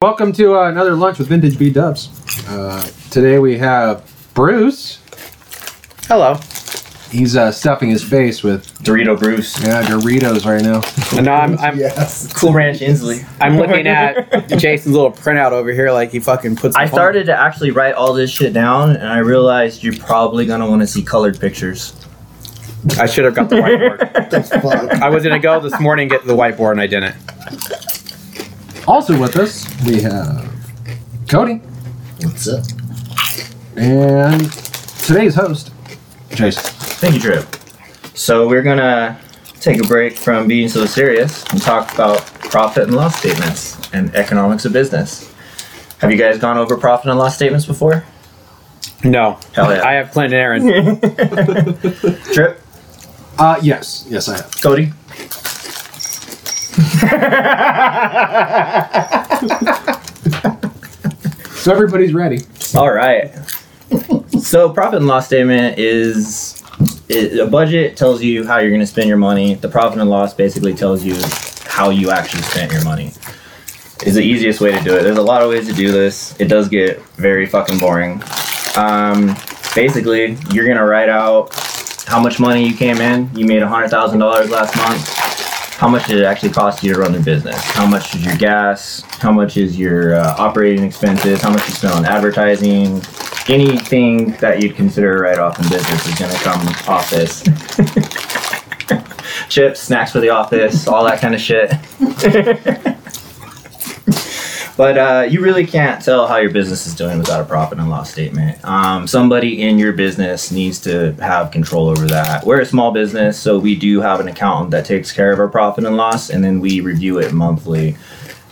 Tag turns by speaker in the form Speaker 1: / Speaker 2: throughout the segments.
Speaker 1: Welcome to uh, another lunch with Vintage B Dubs. Uh, today we have Bruce.
Speaker 2: Hello.
Speaker 1: He's uh, stuffing his face with
Speaker 2: Dorito Bruce.
Speaker 1: yeah, Doritos right now.
Speaker 2: No, I'm, I'm
Speaker 3: Yes.
Speaker 2: Cool Ranch Inslee.
Speaker 4: I'm looking at Jason's little printout over here, like he fucking puts.
Speaker 2: I
Speaker 4: the phone-
Speaker 2: started to actually write all this shit down, and I realized you're probably gonna want to see colored pictures.
Speaker 4: I should have got the whiteboard.
Speaker 3: The fuck?
Speaker 4: I was gonna go this morning and get the whiteboard, and I didn't.
Speaker 1: Also with us we have Cody
Speaker 3: What's up?
Speaker 1: and today's host Jason.
Speaker 2: Thank you, Drip. So we're gonna take a break from being so serious and talk about profit and loss statements and economics of business. Have you guys gone over profit and loss statements before?
Speaker 4: No,
Speaker 2: Hell yeah.
Speaker 4: I have Clint and Aaron.
Speaker 2: Drip,
Speaker 1: Uh, yes, yes I have.
Speaker 2: Cody.
Speaker 1: So everybody's ready.
Speaker 2: All right. so profit and loss statement is it, a budget tells you how you're going to spend your money. The profit and loss basically tells you how you actually spent your money. Is the easiest way to do it. There's a lot of ways to do this. It does get very fucking boring. Um, basically, you're gonna write out how much money you came in. You made hundred thousand dollars last month. How much did it actually cost you to run the business? How much is your gas? How much is your uh, operating expenses? How much you spend on advertising? Anything that you'd consider a write-off in business is gonna come off this. Chips, snacks for the office, all that kind of shit. But uh, you really can't tell how your business is doing without a profit and loss statement. Um, somebody in your business needs to have control over that. We're a small business, so we do have an accountant that takes care of our profit and loss, and then we review it monthly.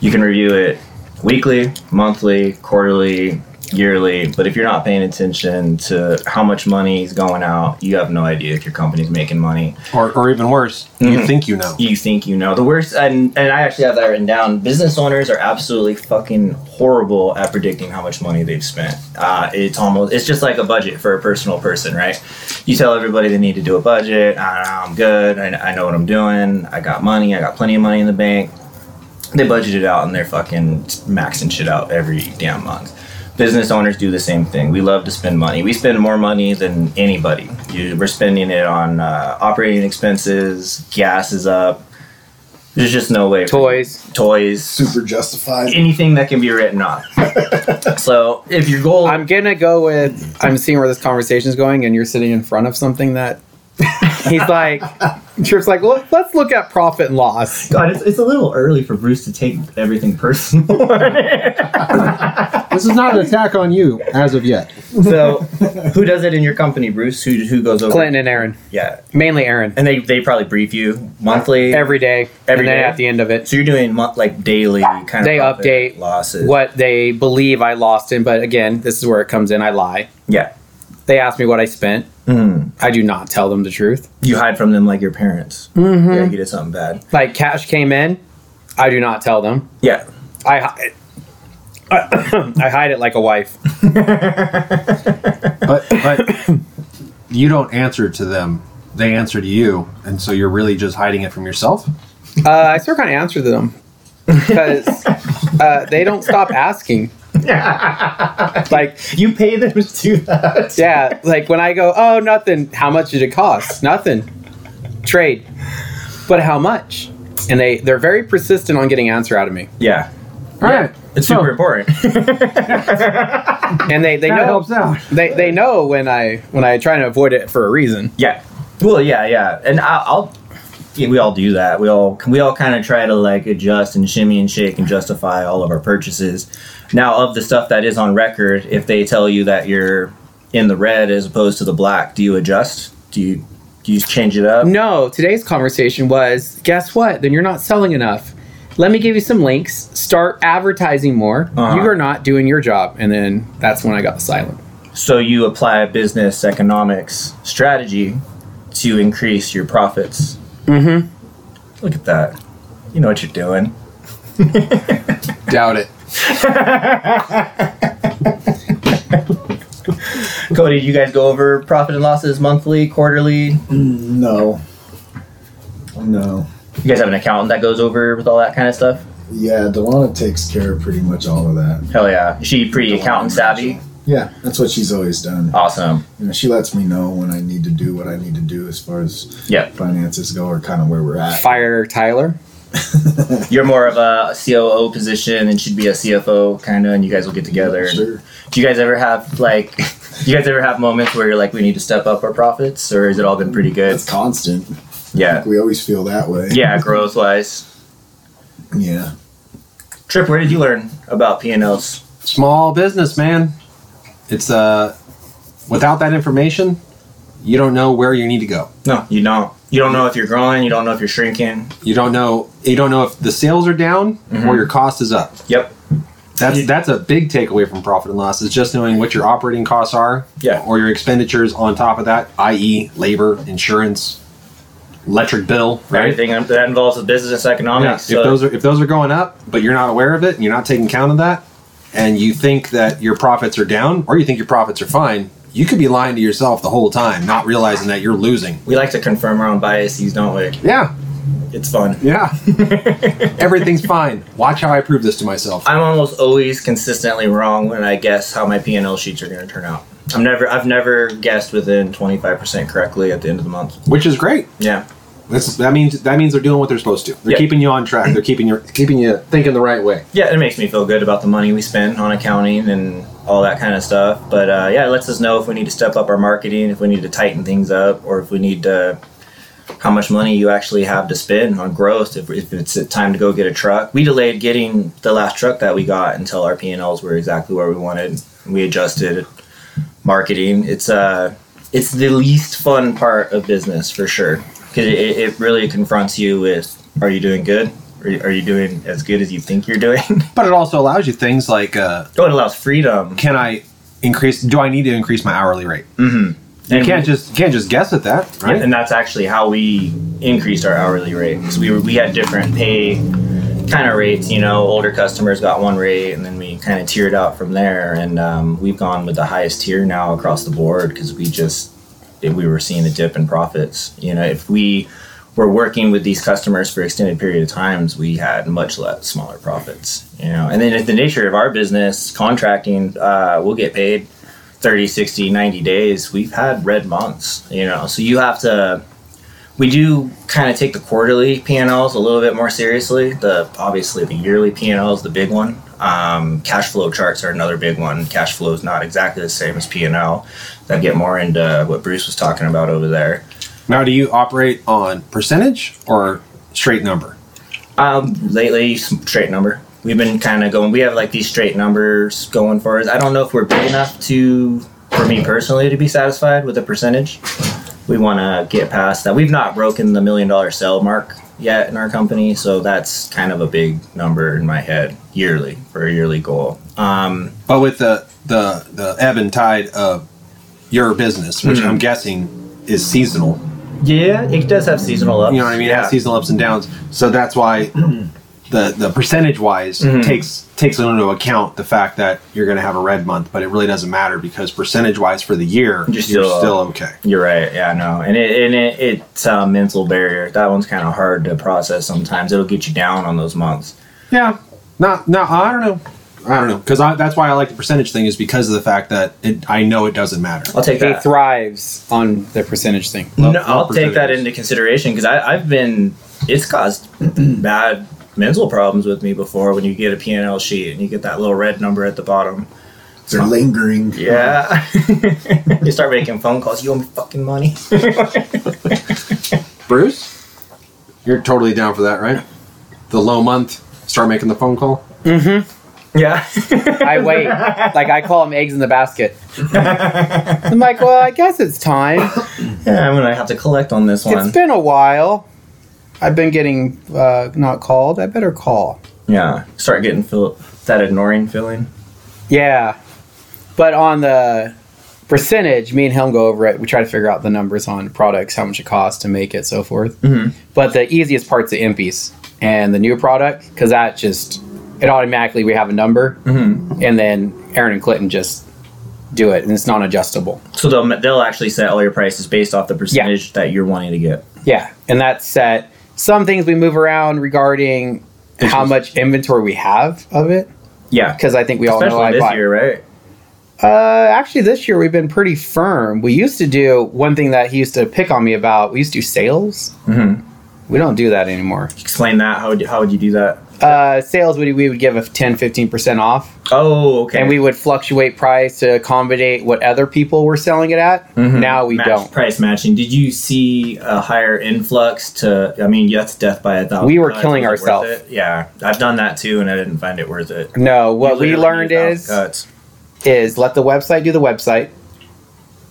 Speaker 2: You can review it weekly, monthly, quarterly, yearly, but if you're not paying attention to how much money is going out, you have no idea if your company's making money
Speaker 1: Or, or even worse,
Speaker 2: Mm-hmm.
Speaker 1: you think you know.
Speaker 2: you think you know. The worst, and, and I actually have that written down. Business owners are absolutely fucking horrible at predicting how much money they've spent. Uh, it's almost, it's just like a budget for a personal person, right? You tell everybody they need to do a budget. I, I'm good. I, I know what I'm doing. I got money. I got plenty of money in the bank. They budget it out and they're fucking maxing shit out every damn month. Business owners do the same thing. We love to spend money. We spend more money than anybody. You, we're spending it on uh, operating expenses. Gas is up. There's just no way.
Speaker 4: Toys.
Speaker 2: toys,
Speaker 3: Super justified.
Speaker 2: anything that can be written off. so if your goal,
Speaker 4: I'm gonna go with. I'm seeing where this conversation's going, and you're sitting in front of something that. He's like, Trip's like, well, let's look at profit and loss.
Speaker 2: God, it's, it's a little early for Bruce to take everything personal.
Speaker 1: This is not an attack on you as of yet.
Speaker 2: so who does it in your company, Bruce? Who who goes over?
Speaker 4: Clinton and Aaron,
Speaker 2: Yeah,
Speaker 4: mainly Aaron,
Speaker 2: and they they probably brief you monthly.
Speaker 4: every day,
Speaker 2: Every
Speaker 4: and then
Speaker 2: day?
Speaker 4: at the end of it,
Speaker 2: so you're doing month like daily kind
Speaker 4: They
Speaker 2: of profit
Speaker 4: update
Speaker 2: losses.
Speaker 4: what they believe I lost in. But again, this is where it comes in. I lie.
Speaker 2: Yeah.
Speaker 4: They ask me what I spent.
Speaker 2: Mm.
Speaker 4: I do not tell them the truth.
Speaker 2: You hide from them like your parents. Mm-hmm. Yeah, you did something bad.
Speaker 4: Like cash came in, I do not tell them.
Speaker 2: Yeah.
Speaker 4: I hide. I hide it like a wife.
Speaker 1: But but you don't answer to them. They answer to you, and so you're really just hiding it from yourself.
Speaker 4: Uh, I still kind of answer them because uh, they don't stop asking. like
Speaker 2: You pay them to do that.
Speaker 4: yeah, like when I go, oh nothing. How much did it cost? Nothing. Trade, but how much? And they they're very persistent on getting answer out of me.
Speaker 2: Yeah.
Speaker 1: All right,
Speaker 2: It's
Speaker 1: So,
Speaker 2: super
Speaker 4: Oh.
Speaker 2: important.
Speaker 4: And they they
Speaker 1: that
Speaker 4: know
Speaker 1: helps out.
Speaker 4: they they know when I when I try to avoid it for a reason.
Speaker 2: Yeah. Well, yeah, yeah, and I, I'll. Yeah, we all do that. We all we all kind of try to like adjust and shimmy and shake and justify all of our purchases. Now, of the stuff that is on record, if they tell you that you're in the red as opposed to the black, do you adjust? Do you do you change it up?
Speaker 4: No, today's conversation was guess what? Then you're not selling enough. Let me give you some links. Start advertising more.
Speaker 2: Uh-huh.
Speaker 4: You are not doing your job. And then that's when I got silent.
Speaker 2: So you apply a business economics strategy to increase your profits. Mm-hmm. Look at that. You know what you're doing.
Speaker 1: Doubt it.
Speaker 2: Cody, you guys go over profit and losses monthly, quarterly?
Speaker 3: No. No.
Speaker 2: You guys have an accountant that goes over with all that kind of stuff?
Speaker 3: Yeah, Delana takes care of pretty much all of that.
Speaker 2: Hell yeah. Is she pretty accountant savvy?
Speaker 3: Yeah, that's what she's always done.
Speaker 2: Awesome.
Speaker 3: You know, she lets me know when I need to do what I need to do as far as
Speaker 2: Yeah.
Speaker 3: finances go or kind of where we're at.
Speaker 4: Fire Tyler.
Speaker 2: You're more of a COO position and she'd be a CFO kind of, and you guys will get together.
Speaker 3: Sure.
Speaker 2: Do you guys ever have like, do you guys ever have moments where you're like, we need to step up our profits, or has it all been pretty good?
Speaker 3: It's constant.
Speaker 2: Yeah.
Speaker 3: We always feel that way.
Speaker 2: Yeah, growth wise.
Speaker 3: Yeah.
Speaker 2: Trip, where did you learn about P&Ls?
Speaker 1: Small business, man. It's uh, without that information, you don't know where you need to go.
Speaker 2: No, you don't. You don't know if you're growing. You don't know if you're shrinking.
Speaker 1: You don't know. You don't know if the sales are down or your cost is up.
Speaker 2: Yep.
Speaker 1: That's
Speaker 2: Mm-hmm. Yeah.
Speaker 1: that's a big takeaway from profit and loss is just knowing what your operating costs are,
Speaker 2: Yeah.
Speaker 1: or your expenditures on top of that, i.e., labor, insurance, electric bill, right?
Speaker 2: Everything that involves the business
Speaker 1: Yeah,
Speaker 2: economics.
Speaker 1: if
Speaker 2: so-
Speaker 1: those are if those are going up, but you're not aware of it and you're not taking count of that, and you think that your profits are down or you think your profits are fine, you could be lying to yourself the whole time, not realizing that you're losing.
Speaker 2: we like to confirm our own biases, don't we?
Speaker 1: Yeah,
Speaker 2: It's fun.
Speaker 1: yeah. Everything's fine. Watch how I prove this to myself.
Speaker 2: I'm almost always consistently wrong when I guess how my P&L sheets are going to turn out. I'm never, I've never guessed within 25% correctly at the end of the month.
Speaker 1: Which is great.
Speaker 2: Yeah.
Speaker 1: That's, that means that means they're doing what they're supposed to. They're
Speaker 2: Yeah.
Speaker 1: keeping you on track. They're keeping you keeping you thinking the right way.
Speaker 2: Yeah, it makes me feel good about the money we spend on accounting and all that kind of stuff. But uh, yeah, it lets us know if we need to step up our marketing, if we need to tighten things up, or if we need to, how much money you actually have to spend on growth. If, if it's time to go get a truck, we delayed getting the last truck that we got until our P and Ls were exactly where we wanted. We adjusted marketing. It's uh, it's the least fun part of business for sure because it, it it really confronts you with: Are you doing good? Are you, are you doing as good as you think you're doing?
Speaker 1: But it also allows you things like uh,
Speaker 2: Oh, it allows freedom.
Speaker 1: can I increase? Do I need to increase my hourly rate? You
Speaker 2: And-
Speaker 1: can't just you can't just guess at that, right?
Speaker 2: and that's actually how we increased our hourly rate because we were, we had different pay kind of rates. You know, older customers got one rate, and then we kind of tiered out from there. And um, we've gone with the highest tier now across the board because we just we were seeing a dip in profits. You know, if we were working with these customers for extended period of times, we had much less smaller profits. You know, and then if the nature of our business contracting, uh, we'll get paid 30 60 90 days we've had red months you know so you have to we do kind of take the quarterly p&l's a little bit more seriously the obviously the yearly p&l is the big one um, cash flow charts are another big one cash flow is not exactly the same as p&l i get more into what bruce was talking about over there
Speaker 1: Now, do you operate on percentage or straight number?
Speaker 2: um, lately straight number we've been kind of going we have like these straight numbers going for us i don't know if we're big enough to for me personally to be satisfied with a percentage we want to get past that. We've not broken the million dollar sale mark yet in our company, so that's kind of a big number in my head yearly for a yearly goal. Um,
Speaker 1: But with the the the ebb and tide of your business,
Speaker 2: Mm-hmm.
Speaker 1: which I'm guessing is seasonal.
Speaker 2: yeah, it does have seasonal ups.
Speaker 1: You know what I mean? It
Speaker 2: Yeah. Mm-hmm.
Speaker 1: has seasonal ups and downs. So that's why the the percentage wise takes takes into account the fact that you're going to have a red month, but it really doesn't matter because percentage wise for the year,
Speaker 2: You're
Speaker 1: you're
Speaker 2: still-
Speaker 1: still, okay.
Speaker 2: You're right. Yeah, no, and it and it, it's a mental barrier. That one's kind of hard to process. Sometimes it'll get you down on those months.
Speaker 1: Yeah. Not no. I don't know. I don't know because that's why I like the percentage thing is because of the fact that it, I know it doesn't matter.
Speaker 2: I'll take
Speaker 4: He
Speaker 2: that.
Speaker 4: thrives on the percentage thing.
Speaker 1: Low-
Speaker 2: no,
Speaker 1: low
Speaker 2: I'll take that
Speaker 1: percentages.
Speaker 2: into consideration because I've been. It's caused bad mental problems with me before when you get a P&L sheet and you get that little red number at the bottom.
Speaker 3: They're lingering.
Speaker 2: Yeah. you start making phone calls. You owe me fucking money.
Speaker 1: Bruce, you're totally down for that, right? The low month, start making the phone call.
Speaker 2: yeah.
Speaker 4: I wait. like I call them eggs in the basket. I'm like, well, I guess it's time.
Speaker 2: yeah. I'm going to have to collect on this one.
Speaker 4: It's been a while. I've been getting uh, not called. I better call.
Speaker 2: yeah. Start getting feel- that ignoring feeling.
Speaker 4: Yeah. But on the percentage, me and him go over it. We try to figure out the numbers on products, how much it costs to make it, so forth.
Speaker 2: Mhm.
Speaker 4: But the easiest part's the impies and the new product, because that just, it automatically, we have a number. Mm-hmm. And then Aaron and Clinton just do it, and it's non adjustable.
Speaker 2: So they'll, they'll actually set all your prices based off the percentage that you're wanting to get.
Speaker 4: Yeah, and that's set. Some things we move around regarding how much inventory we have of it
Speaker 2: Yeah.
Speaker 4: because I think we all know
Speaker 2: Especially
Speaker 4: I
Speaker 2: this
Speaker 4: bought.
Speaker 2: year, right?
Speaker 4: Uh, actually, this year we've been pretty firm. We used to do one thing that he used to pick on me about. We used to do sales.
Speaker 2: Mhm.
Speaker 4: We don't do that anymore.
Speaker 2: Explain that. How would you, how would you do that?
Speaker 4: Uh, sales, we, we would give a 10, 15% off,
Speaker 2: Oh, okay.
Speaker 4: and we would fluctuate price to accommodate what other people were selling it at.
Speaker 2: Mhm.
Speaker 4: Now we
Speaker 2: Match-
Speaker 4: don't.
Speaker 2: price matching. Did you see a higher influx to? I mean, yes, death by a thousand.
Speaker 4: We were
Speaker 2: cuts.
Speaker 4: killing
Speaker 2: Was it worth
Speaker 4: ourselves.
Speaker 2: it? Yeah, I've done that too, and I didn't find it worth it.
Speaker 4: No,
Speaker 2: You
Speaker 4: what we
Speaker 2: literally
Speaker 4: learned
Speaker 2: need a thousand
Speaker 4: is
Speaker 2: cuts.
Speaker 4: is let the website do the website.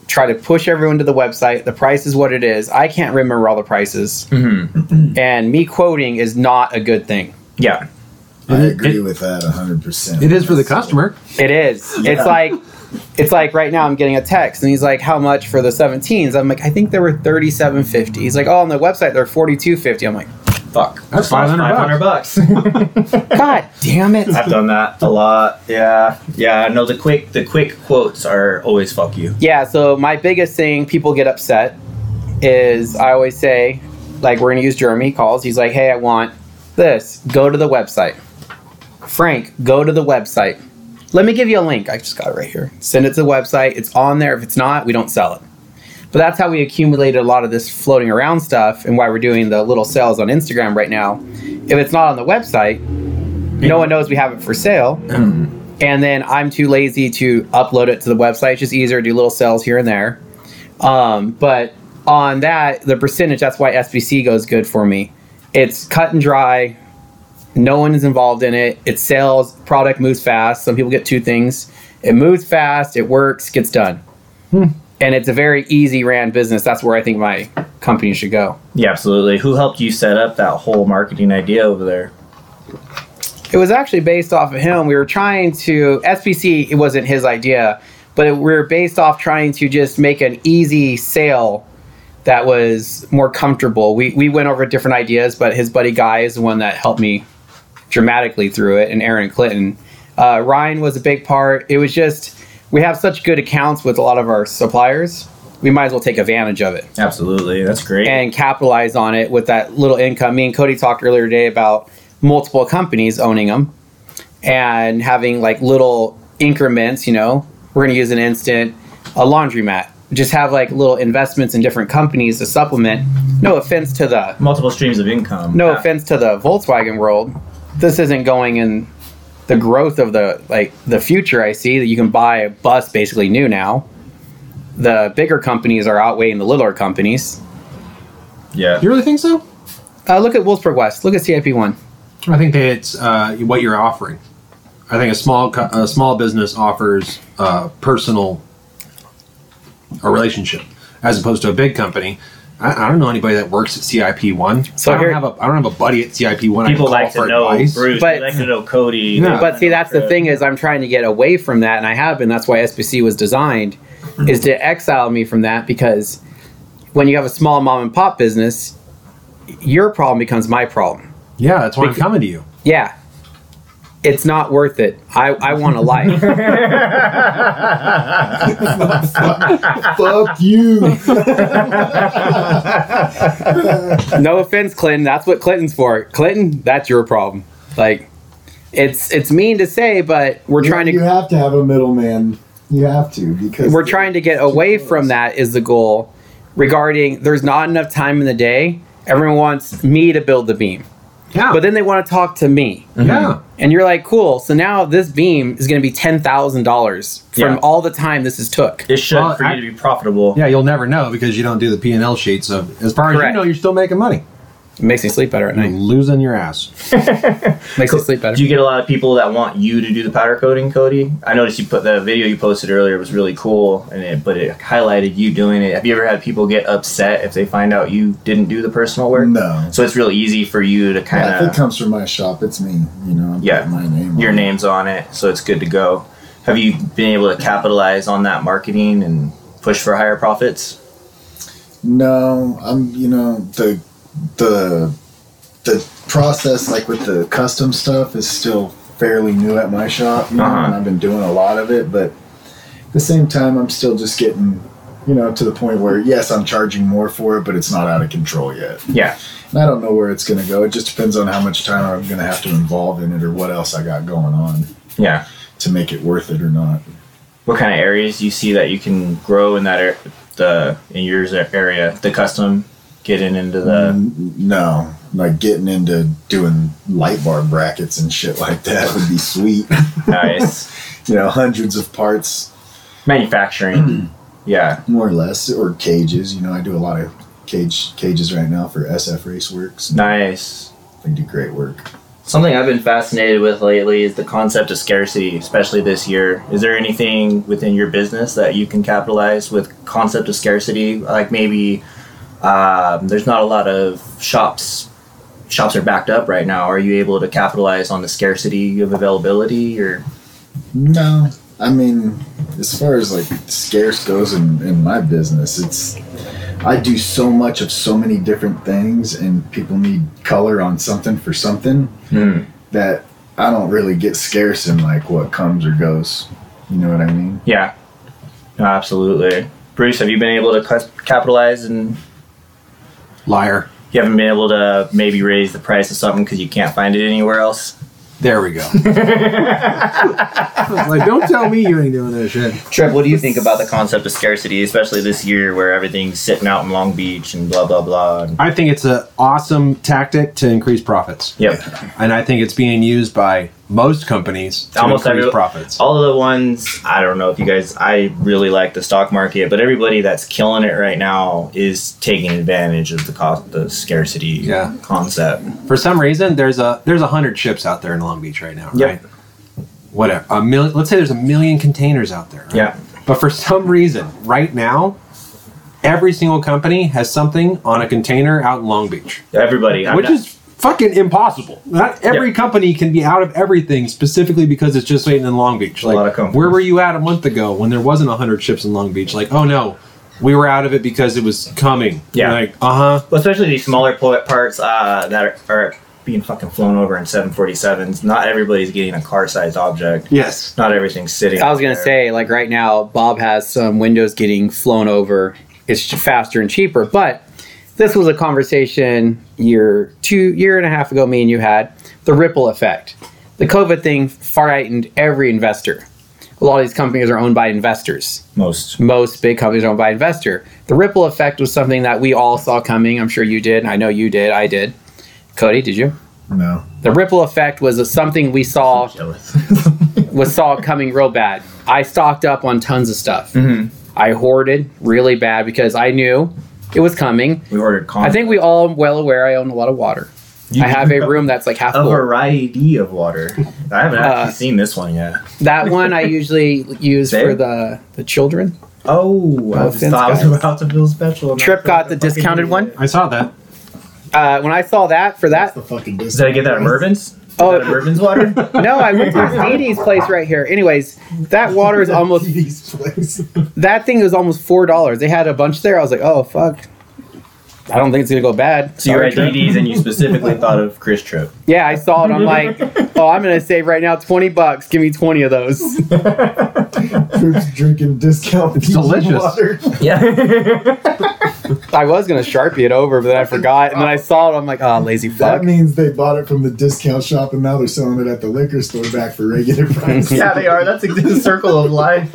Speaker 4: Try to push everyone to the website. The price is what it is. I can't remember all the prices, and me quoting is not a good thing.
Speaker 2: Yeah,
Speaker 3: I agree
Speaker 1: it-
Speaker 3: with that 100%.
Speaker 1: It is for the customer.
Speaker 4: It is. It's like it's like right now I'm getting a text and he's like, How much for the seventeens? I'm like, I think there were thirty seven fifty. He's like, Oh on the website they're forty two fifty. I'm like,
Speaker 2: fuck.
Speaker 1: That's 500 bucks.
Speaker 2: bucks.
Speaker 4: God damn it.
Speaker 2: I've done that a lot. Yeah, yeah. No, the quick the quick quotes are always fuck you.
Speaker 4: Yeah, so my biggest thing people get upset is I always say, like we're gonna use Jeremy calls. He's like, Hey, I want this. Go to the website. Frank, go to the website. Let me give you a link. I just got it right here. Send it to the website. It's on there. If it's not, we don't sell it. But that's how we accumulated a lot of this floating around stuff and why we're doing the little sales on Instagram right now. If it's not on the website, no one knows we have it for sale. and then I'm too lazy to upload it to the website. It's just easier to do little sales here and there. Um, but on that, the percentage, that's why SBC goes good for me. It's cut and dry. No one is involved in it. It sells. Product moves fast. Some people get two things. It moves fast. It works. Gets done. And it's a very easy ran business. That's where I think my company should go.
Speaker 2: Yeah, absolutely. Who helped you set up that whole marketing idea over there?
Speaker 4: It was actually based off of him. We were trying to SBC. It wasn't his idea, but it, we were based off trying to just make an easy sale that was more comfortable. We we went over different ideas, but his buddy Guy is the one that helped me dramatically through it, and Aaron Clinton. Uh, Ryan was a big part. It was just we have such good accounts with a lot of our suppliers. We might as well take advantage of it
Speaker 2: Absolutely, that's great.
Speaker 4: and capitalize on it with that little income. Me and Cody talked earlier today about multiple companies owning them and having like little increments. You know, we're going to use an instant a laundromat. Just have like little investments in different companies to supplement. No offense to the
Speaker 2: Multiple streams of income.
Speaker 4: no
Speaker 2: Yeah.
Speaker 4: offense to the Volkswagen world, this isn't going in the growth of the like the future. I see that you can buy a bus basically new now. The bigger companies are outweighing the littler companies.
Speaker 2: Yeah.
Speaker 1: You really think so?
Speaker 4: Uh, look at Wolfsburg West. Look at CIP one.
Speaker 1: I think that it's uh, what you're offering. I think a small co- a small business offers uh, personal a relationship as opposed to a big company. I, I don't know anybody that works at CIP one.
Speaker 4: So
Speaker 1: I don't
Speaker 4: here-
Speaker 1: have a I don't have a buddy at CIP one. I can
Speaker 2: People
Speaker 1: call
Speaker 2: like
Speaker 1: for
Speaker 2: to know
Speaker 1: advice.
Speaker 2: Bruce.
Speaker 4: But-
Speaker 2: they like to know Cody.
Speaker 1: Yeah.
Speaker 2: they
Speaker 4: But see,
Speaker 2: know
Speaker 4: that's the
Speaker 2: Fred.
Speaker 4: thing is, I'm trying to get away from that, and I have been. That's why SBC was designed, is to exile me from that because when you have a small mom and pop business, your problem becomes my problem.
Speaker 1: Yeah, that's why I'm
Speaker 4: Because-
Speaker 1: coming to you.
Speaker 4: Yeah. It's not worth it. I, I want a life.
Speaker 3: Fuck you.
Speaker 4: no offense, Clinton. That's what Clinton's for. Clinton, that's your problem. Like, it's it's mean to say, but we're trying
Speaker 3: You
Speaker 4: to
Speaker 3: have to have a middleman. You have to because
Speaker 4: we're trying to get away from that is the goal. Regarding there's not enough time in the day. Everyone wants me to build the beam,
Speaker 1: Yeah,
Speaker 4: but then they want to talk to me.
Speaker 2: Mm-hmm.
Speaker 1: yeah,
Speaker 4: And you're like, cool. So now this beam is going to be ten thousand dollars from
Speaker 2: Yeah.
Speaker 4: all the time this is took.
Speaker 2: It should
Speaker 1: Well,
Speaker 2: for
Speaker 1: I-
Speaker 2: you to be profitable.
Speaker 1: yeah. You'll never know because you don't do the P and L sheets. So as far as
Speaker 4: Correct.
Speaker 1: you know, you're still making money.
Speaker 4: It makes me sleep better at
Speaker 1: You're
Speaker 4: night.
Speaker 1: losing your ass.
Speaker 4: Makes me sleep better.
Speaker 2: Do you get a lot of people that want you to do the powder coating, Cody? I noticed you put the video you posted earlier was really cool, and it, but it highlighted you doing it. Have you ever had people get upset if they find out you didn't do the personal work?
Speaker 3: No.
Speaker 2: So it's real easy for you to kind
Speaker 3: if it
Speaker 2: of
Speaker 3: comes from my shop, it's me. You know, I'm
Speaker 2: Yeah.
Speaker 3: putting my name. on
Speaker 2: your
Speaker 3: it.
Speaker 2: name's on it, so it's good to go. Have you been able to capitalize on that marketing and push for higher profits?
Speaker 3: No, I'm. You know the the the process like with the custom stuff is still fairly new at my shop. You know,
Speaker 2: Uh-huh.
Speaker 3: and I've been doing a lot of it, but at the same time, I'm still just getting. You know, to the point where yes, I'm charging more for it, but it's not out of control yet.
Speaker 2: Yeah.
Speaker 3: And I don't know where it's going to go. It just depends on how much time I'm going to have to involve in it or what else I got going on
Speaker 2: Yeah.
Speaker 3: to make it worth it or not.
Speaker 2: What kind of areas you see that you can grow in that ar- the in yours area the custom getting into the
Speaker 3: N- no, like getting into doing light bar brackets and shit like that would be sweet.
Speaker 2: nice
Speaker 3: you know, hundreds of parts,
Speaker 2: manufacturing. Yeah.
Speaker 3: more or less, or cages. You know, I do a lot of cage cages right now for SF Raceworks. And
Speaker 2: Nice.
Speaker 3: they do great work.
Speaker 2: Something I've been fascinated with lately is the concept of scarcity, especially this year. Is there anything within your business that you can capitalize with concept of scarcity? Like maybe um, there's not a lot of shops. Shops are backed up right now. Are you able to capitalize on the scarcity of availability? Or
Speaker 3: No, I mean, as far as like scarce goes in, in my business, it's I do so much of so many different things, and people need color on something for something that I don't really get scarce in like what comes or goes. You know what I mean?
Speaker 2: yeah, No, absolutely. Bruce, have you been able to cus- capitalize and
Speaker 1: Liar.
Speaker 2: you haven't been able to maybe raise the price of something because you can't find it anywhere else?
Speaker 1: There we go. I was like, don't tell me you ain't doing that shit.
Speaker 2: Trip, what do you think about the concept of scarcity, especially this year where everything's sitting out in Long Beach and blah blah blah? And,
Speaker 1: I think it's an awesome tactic to increase profits.
Speaker 2: yep,
Speaker 1: And I think it's being used by most companies to
Speaker 2: almost
Speaker 1: increase
Speaker 2: every Oh.
Speaker 1: profits.
Speaker 2: All of the ones I don't know if you guys. I really like the stock market, but everybody that's killing it right now is taking advantage of the cost, the scarcity
Speaker 1: Yeah.
Speaker 2: concept.
Speaker 1: For some reason, there's a there's a hundred ships out there in Long Beach right now,
Speaker 2: Yep.
Speaker 1: right? Whatever. A million. Let's say there's a million containers out there. Right?
Speaker 2: Yeah.
Speaker 1: But for some reason, right now, every single company has something on a container out in Long Beach,
Speaker 2: Everybody, I'm
Speaker 1: which
Speaker 2: not-
Speaker 1: is fucking impossible. Not every
Speaker 2: Yep.
Speaker 1: company can be out of everything specifically because it's just waiting in Long Beach.
Speaker 2: lot
Speaker 1: Like,
Speaker 2: of companies.
Speaker 1: where were you at a month ago when there wasn't 100 ships in Long Beach? Like, oh no, we were out of it because it was coming.
Speaker 2: Yeah.
Speaker 1: Like, uh huh.
Speaker 2: Well, especially these smaller po- parts uh, that are, are being fucking flown over in 747s. Not everybody's getting a car-sized object.
Speaker 1: Yes.
Speaker 2: Not everything's sitting.
Speaker 4: I was gonna
Speaker 2: there.
Speaker 4: say, like right now, Bob has some windows getting flown over. It's ch- faster and cheaper. But this was a conversation year two year and a half ago. Me and you had the ripple effect. The COVID thing frightened every investor. A lot of these companies are owned by investors.
Speaker 2: most.
Speaker 4: Most big companies are owned by investor. The ripple effect was something that we all saw coming. I'm sure you did. I know you did. I did. Cody, did you?
Speaker 3: No.
Speaker 4: The ripple effect was something we
Speaker 2: Oh.
Speaker 4: saw
Speaker 2: Jealous.
Speaker 4: was saw it coming real bad. I stocked up on tons of stuff. I hoarded really bad because I knew it was coming.
Speaker 2: We ordered. Con-
Speaker 4: I think we all are well aware I own a lot of water. I have a room that's like half
Speaker 2: a
Speaker 4: full.
Speaker 2: variety of water. I haven't actually
Speaker 4: Uh,
Speaker 2: seen this one yet.
Speaker 4: That one I usually use for
Speaker 2: There?
Speaker 4: the the children.
Speaker 2: Oh, I
Speaker 4: No
Speaker 2: just thought I was
Speaker 4: offense, guys.
Speaker 2: about to feel special. and I
Speaker 4: Trip
Speaker 2: felt
Speaker 4: got
Speaker 2: like
Speaker 4: the
Speaker 2: a fucking
Speaker 4: discounted
Speaker 2: idiot.
Speaker 4: one?
Speaker 1: I saw that.
Speaker 4: Uh, when I saw that for that,
Speaker 3: the fucking
Speaker 2: Did I get that at Mervin's?
Speaker 4: Oh.
Speaker 2: Is that at Mervin's water?
Speaker 4: no, I went to Katie's place right here. Anyways, that water is almost that thing was almost four dollars. They had a bunch there. I was like, oh fuck, I don't think it's gonna go bad.
Speaker 2: so you were
Speaker 4: Sorry,
Speaker 2: at
Speaker 4: Trip.
Speaker 2: DD's and you specifically thought of Chris Trip.
Speaker 4: Yeah, I saw it. I'm like, oh, I'm gonna save right now twenty bucks. Give me twenty of those.
Speaker 3: Who's drinking discount?
Speaker 1: It's delicious.
Speaker 3: Water.
Speaker 2: Yeah.
Speaker 4: I was gonna sharpie it over, but then I forgot, and then I saw it. I'm like, oh, lazy
Speaker 3: That
Speaker 4: fuck.
Speaker 3: means they bought it from the discount shop and now they're selling it at the liquor store back for regular price.
Speaker 2: yeah, they are. That's the circle of life.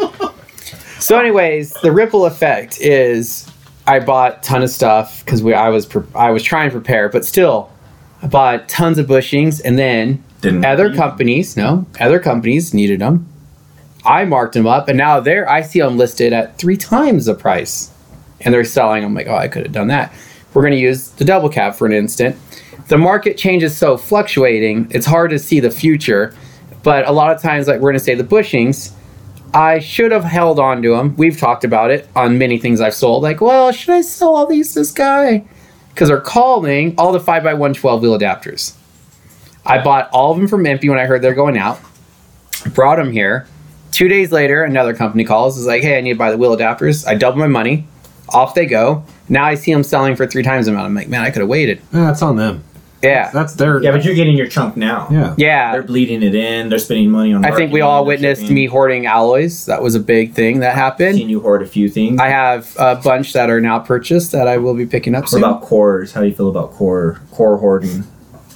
Speaker 4: So, anyways, the ripple effect is I bought a ton of stuff because we I was pre- I was trying to prepare, but still, I bought tons of bushings, and then
Speaker 2: Didn't
Speaker 4: other companies, no, other companies needed them. I marked them up, and now there I see them listed at three times the price, and they're selling. I'm like, oh, I could have done that. We're going to use the double cap for an instant. The market changes so fluctuating; it's hard to see the future. But a lot of times, like we're going to say the bushings, I should have held on to them. We've talked about it on many things I've sold. Like, well, should I sell all these to this guy? Because they're calling all the 5x1 12 wheel adapters. I bought all of them from Impy when I heard they're going out. Brought them here. Two days later, another company calls. Is like, hey, I need to buy the wheel adapters. I double my money. Off they go. Now I see them selling for three times the amount. I'm like, man, I could have waited.
Speaker 1: That's on them.
Speaker 4: Yeah.
Speaker 1: That's their.
Speaker 2: Yeah, but you're getting your chunk now.
Speaker 1: yeah.
Speaker 4: Yeah.
Speaker 2: They're bleedling it in. They're spending money on.
Speaker 4: I think we
Speaker 2: marketing,
Speaker 4: all
Speaker 2: they're
Speaker 4: witnessed
Speaker 2: shipping.
Speaker 4: me hoarding alloys. That was a big thing that happened.
Speaker 2: Seen you hoard a few things.
Speaker 4: I have a bunch that are now purchased that I will be picking up
Speaker 2: what
Speaker 4: soon.
Speaker 2: about cores? How do you feel about core core hoarding?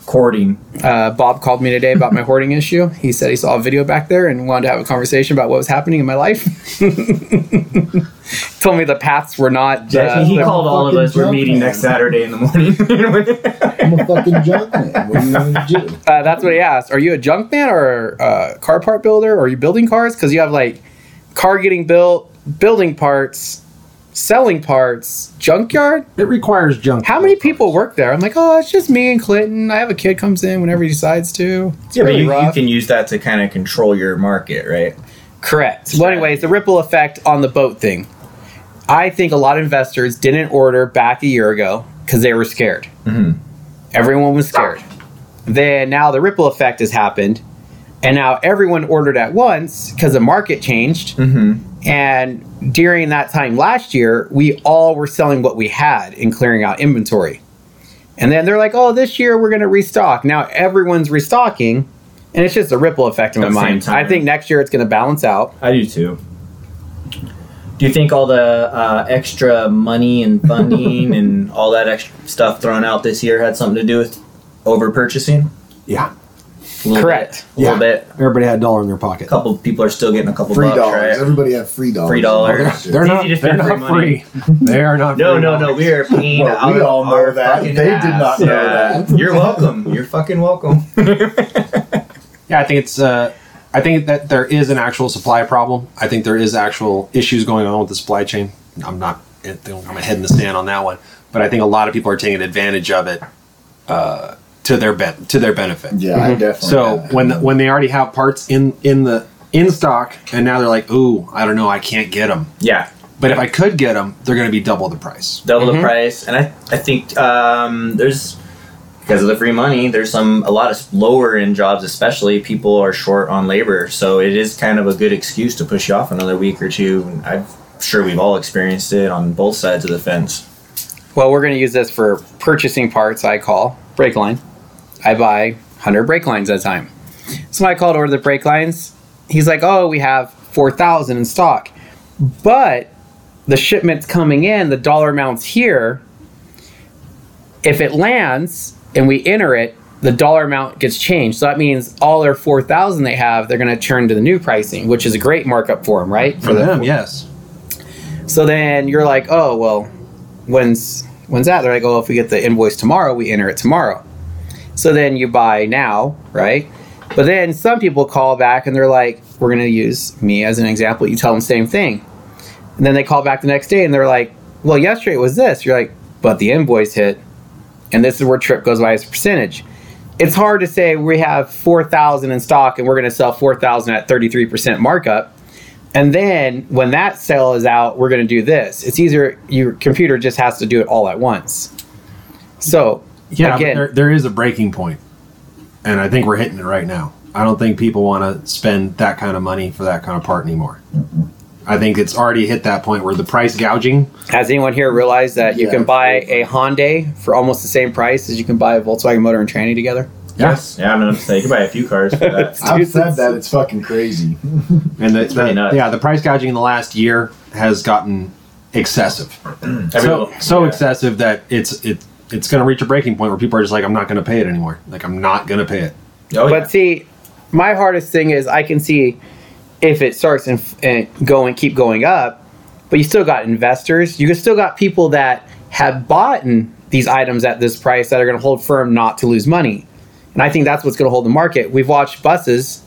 Speaker 2: Cording.
Speaker 4: Uh, Bob called me today about my hoarding issue. He said he saw a video back there and wanted to have a conversation about what was happening in my life. Told me the paths were not. Uh,
Speaker 2: he
Speaker 4: the-
Speaker 2: called all of
Speaker 3: fucking
Speaker 2: us. We're
Speaker 3: junk
Speaker 2: meeting
Speaker 3: man.
Speaker 2: next Saturday in the morning.
Speaker 3: I'm a fucking junk man. What do you want me to do?
Speaker 4: uh, that's what he asked. Are you a junk man or a car part builder? Or are you building cars? Because you have like car getting built, building parts, selling parts, junkyard.
Speaker 1: It requires junk.
Speaker 4: How many people work there? I'm like, oh, it's just me and Clinton. I have a kid comes in whenever he decides to. It's
Speaker 2: yeah, but
Speaker 4: really
Speaker 2: you, you
Speaker 4: rough.
Speaker 2: can use that to kind of control your market, right?
Speaker 4: Correct. Well, anyways, the ripple effect on the boat thing. I think a lot of investors didn't order back a year ago because they were scared.
Speaker 2: Mhm.
Speaker 4: Everyone was scared. Then now the ripple effect has happened, and now everyone ordered at once because the market changed.
Speaker 2: Mm-hmm.
Speaker 4: And during that time last year, we all were selling what we had and clearing out inventory. And then they're like, oh, this year we're going to restock. Now everyone's restocking. And it's just a ripple effect in
Speaker 2: At
Speaker 4: my
Speaker 2: the same
Speaker 4: mind. I
Speaker 2: time.
Speaker 4: think next year it's going to balance out.
Speaker 2: I do too. Do you think all the uh, extra money and funding and all that extra stuff thrown out this year had something to do with over purchasing?
Speaker 1: Yeah.
Speaker 4: Correct.
Speaker 2: Bit, a little
Speaker 1: Yeah.
Speaker 2: bit.
Speaker 1: Everybody had a dollar in their pocket.
Speaker 2: A couple people are still getting a couple
Speaker 3: Free
Speaker 2: bucks,
Speaker 3: dollars.
Speaker 2: right?
Speaker 3: Everybody have free dollars.
Speaker 2: Free dollars.
Speaker 1: They're
Speaker 2: It's
Speaker 1: not,
Speaker 2: easy to
Speaker 1: they're
Speaker 2: spend free
Speaker 1: not
Speaker 2: money.
Speaker 1: free. They are not
Speaker 2: No,
Speaker 1: free.
Speaker 2: no, no. We are paying
Speaker 3: Well,
Speaker 2: out
Speaker 3: we
Speaker 2: all
Speaker 3: all know
Speaker 2: our
Speaker 3: that.
Speaker 2: fucking
Speaker 3: They did
Speaker 2: ass.
Speaker 3: not know that.
Speaker 2: You're welcome. You're fucking welcome.
Speaker 1: Yeah, I think it's. Uh, I think that there is an actual supply problem. I think there is actual issues going on with the supply chain. I'm not. I think I'm a head in the sand on that one, but I think a lot of people are taking advantage of it uh, to their ben- to their benefit. Mhm.
Speaker 3: Yeah, I definitely.
Speaker 1: So
Speaker 3: have.
Speaker 1: when when they already have parts in in the in stock, and now they're like, "Ooh, I don't know, I can't get them."
Speaker 2: yeah.
Speaker 1: But if I could get them, they're going to be double the price.
Speaker 2: double the
Speaker 4: Mhm.
Speaker 2: price. And I, I think um, there's because of the free money, there's some a lot of lower end jobs, especially people are short on labor. So it is kind of a good excuse to push you off another week or two. And I'm sure we've all experienced it on both sides of the fence.
Speaker 4: Well, we're going to use this for purchasing parts. I call brake line. I buy 100 brake lines at a time. So when I called order the brake lines, he's like, "Oh, we have 4,000 in stock, but the shipment's coming in. The dollar amount's here. If it lands and we enter it, the dollar amount gets changed. So that means all their 4,000 they have, they're going to turn to the new pricing, which is a great markup for them, right?
Speaker 1: For them, yes.
Speaker 4: So then you're like, oh well, when's when's that? They're like, oh, if we get the invoice tomorrow, we enter it tomorrow. So then you buy now, right? But then some people call back and they're like, we're gonna use me as an example. You tell them same thing, and then they call back the next day and they're like, well, yesterday it was this. You're like, but the invoice hit, and this is where trip goes by as a percentage. It's hard to say we have four thousand in stock and we're gonna sell four thousand at thirty three percent markup. And then when that sale is out, we're going to do this. It's easier. Your computer just has to do it all at once. So
Speaker 1: Yeah, but
Speaker 4: Again.
Speaker 1: there, there is a breaking point, and I think we're hitting it right now. I don't think people want to spend that kind of money for that kind of part anymore. I think it's already hit that point where the price gouging.
Speaker 4: has anyone here realized that you
Speaker 3: Yeah,
Speaker 4: can buy a Hyundai for almost the same price as you can buy a Volkswagen Motor and Tranny together?
Speaker 1: Yes,
Speaker 2: Yeah, I'm gonna say you could buy a few cars for that.
Speaker 3: I've
Speaker 4: Dude,
Speaker 3: said
Speaker 4: it's-
Speaker 3: that it's fucking crazy.
Speaker 1: and the,
Speaker 2: really
Speaker 1: the-
Speaker 2: nuts.
Speaker 1: yeah, the price gouging in the last year has gotten excessive,
Speaker 2: Every
Speaker 1: so
Speaker 2: little-
Speaker 1: so
Speaker 2: yeah.
Speaker 1: excessive that it's it it's going to reach a breaking point where people are just like, I'm not going to pay it anymore. Like I'm not going to pay it.
Speaker 2: Oh,
Speaker 4: But see, my hardest thing is I can see if it starts and, and going, keep going up, but you still got investors. You still got people that have bought in these items at this price that are going to hold firm not to lose money. And I think that's what's going to hold the market. We've watched buses.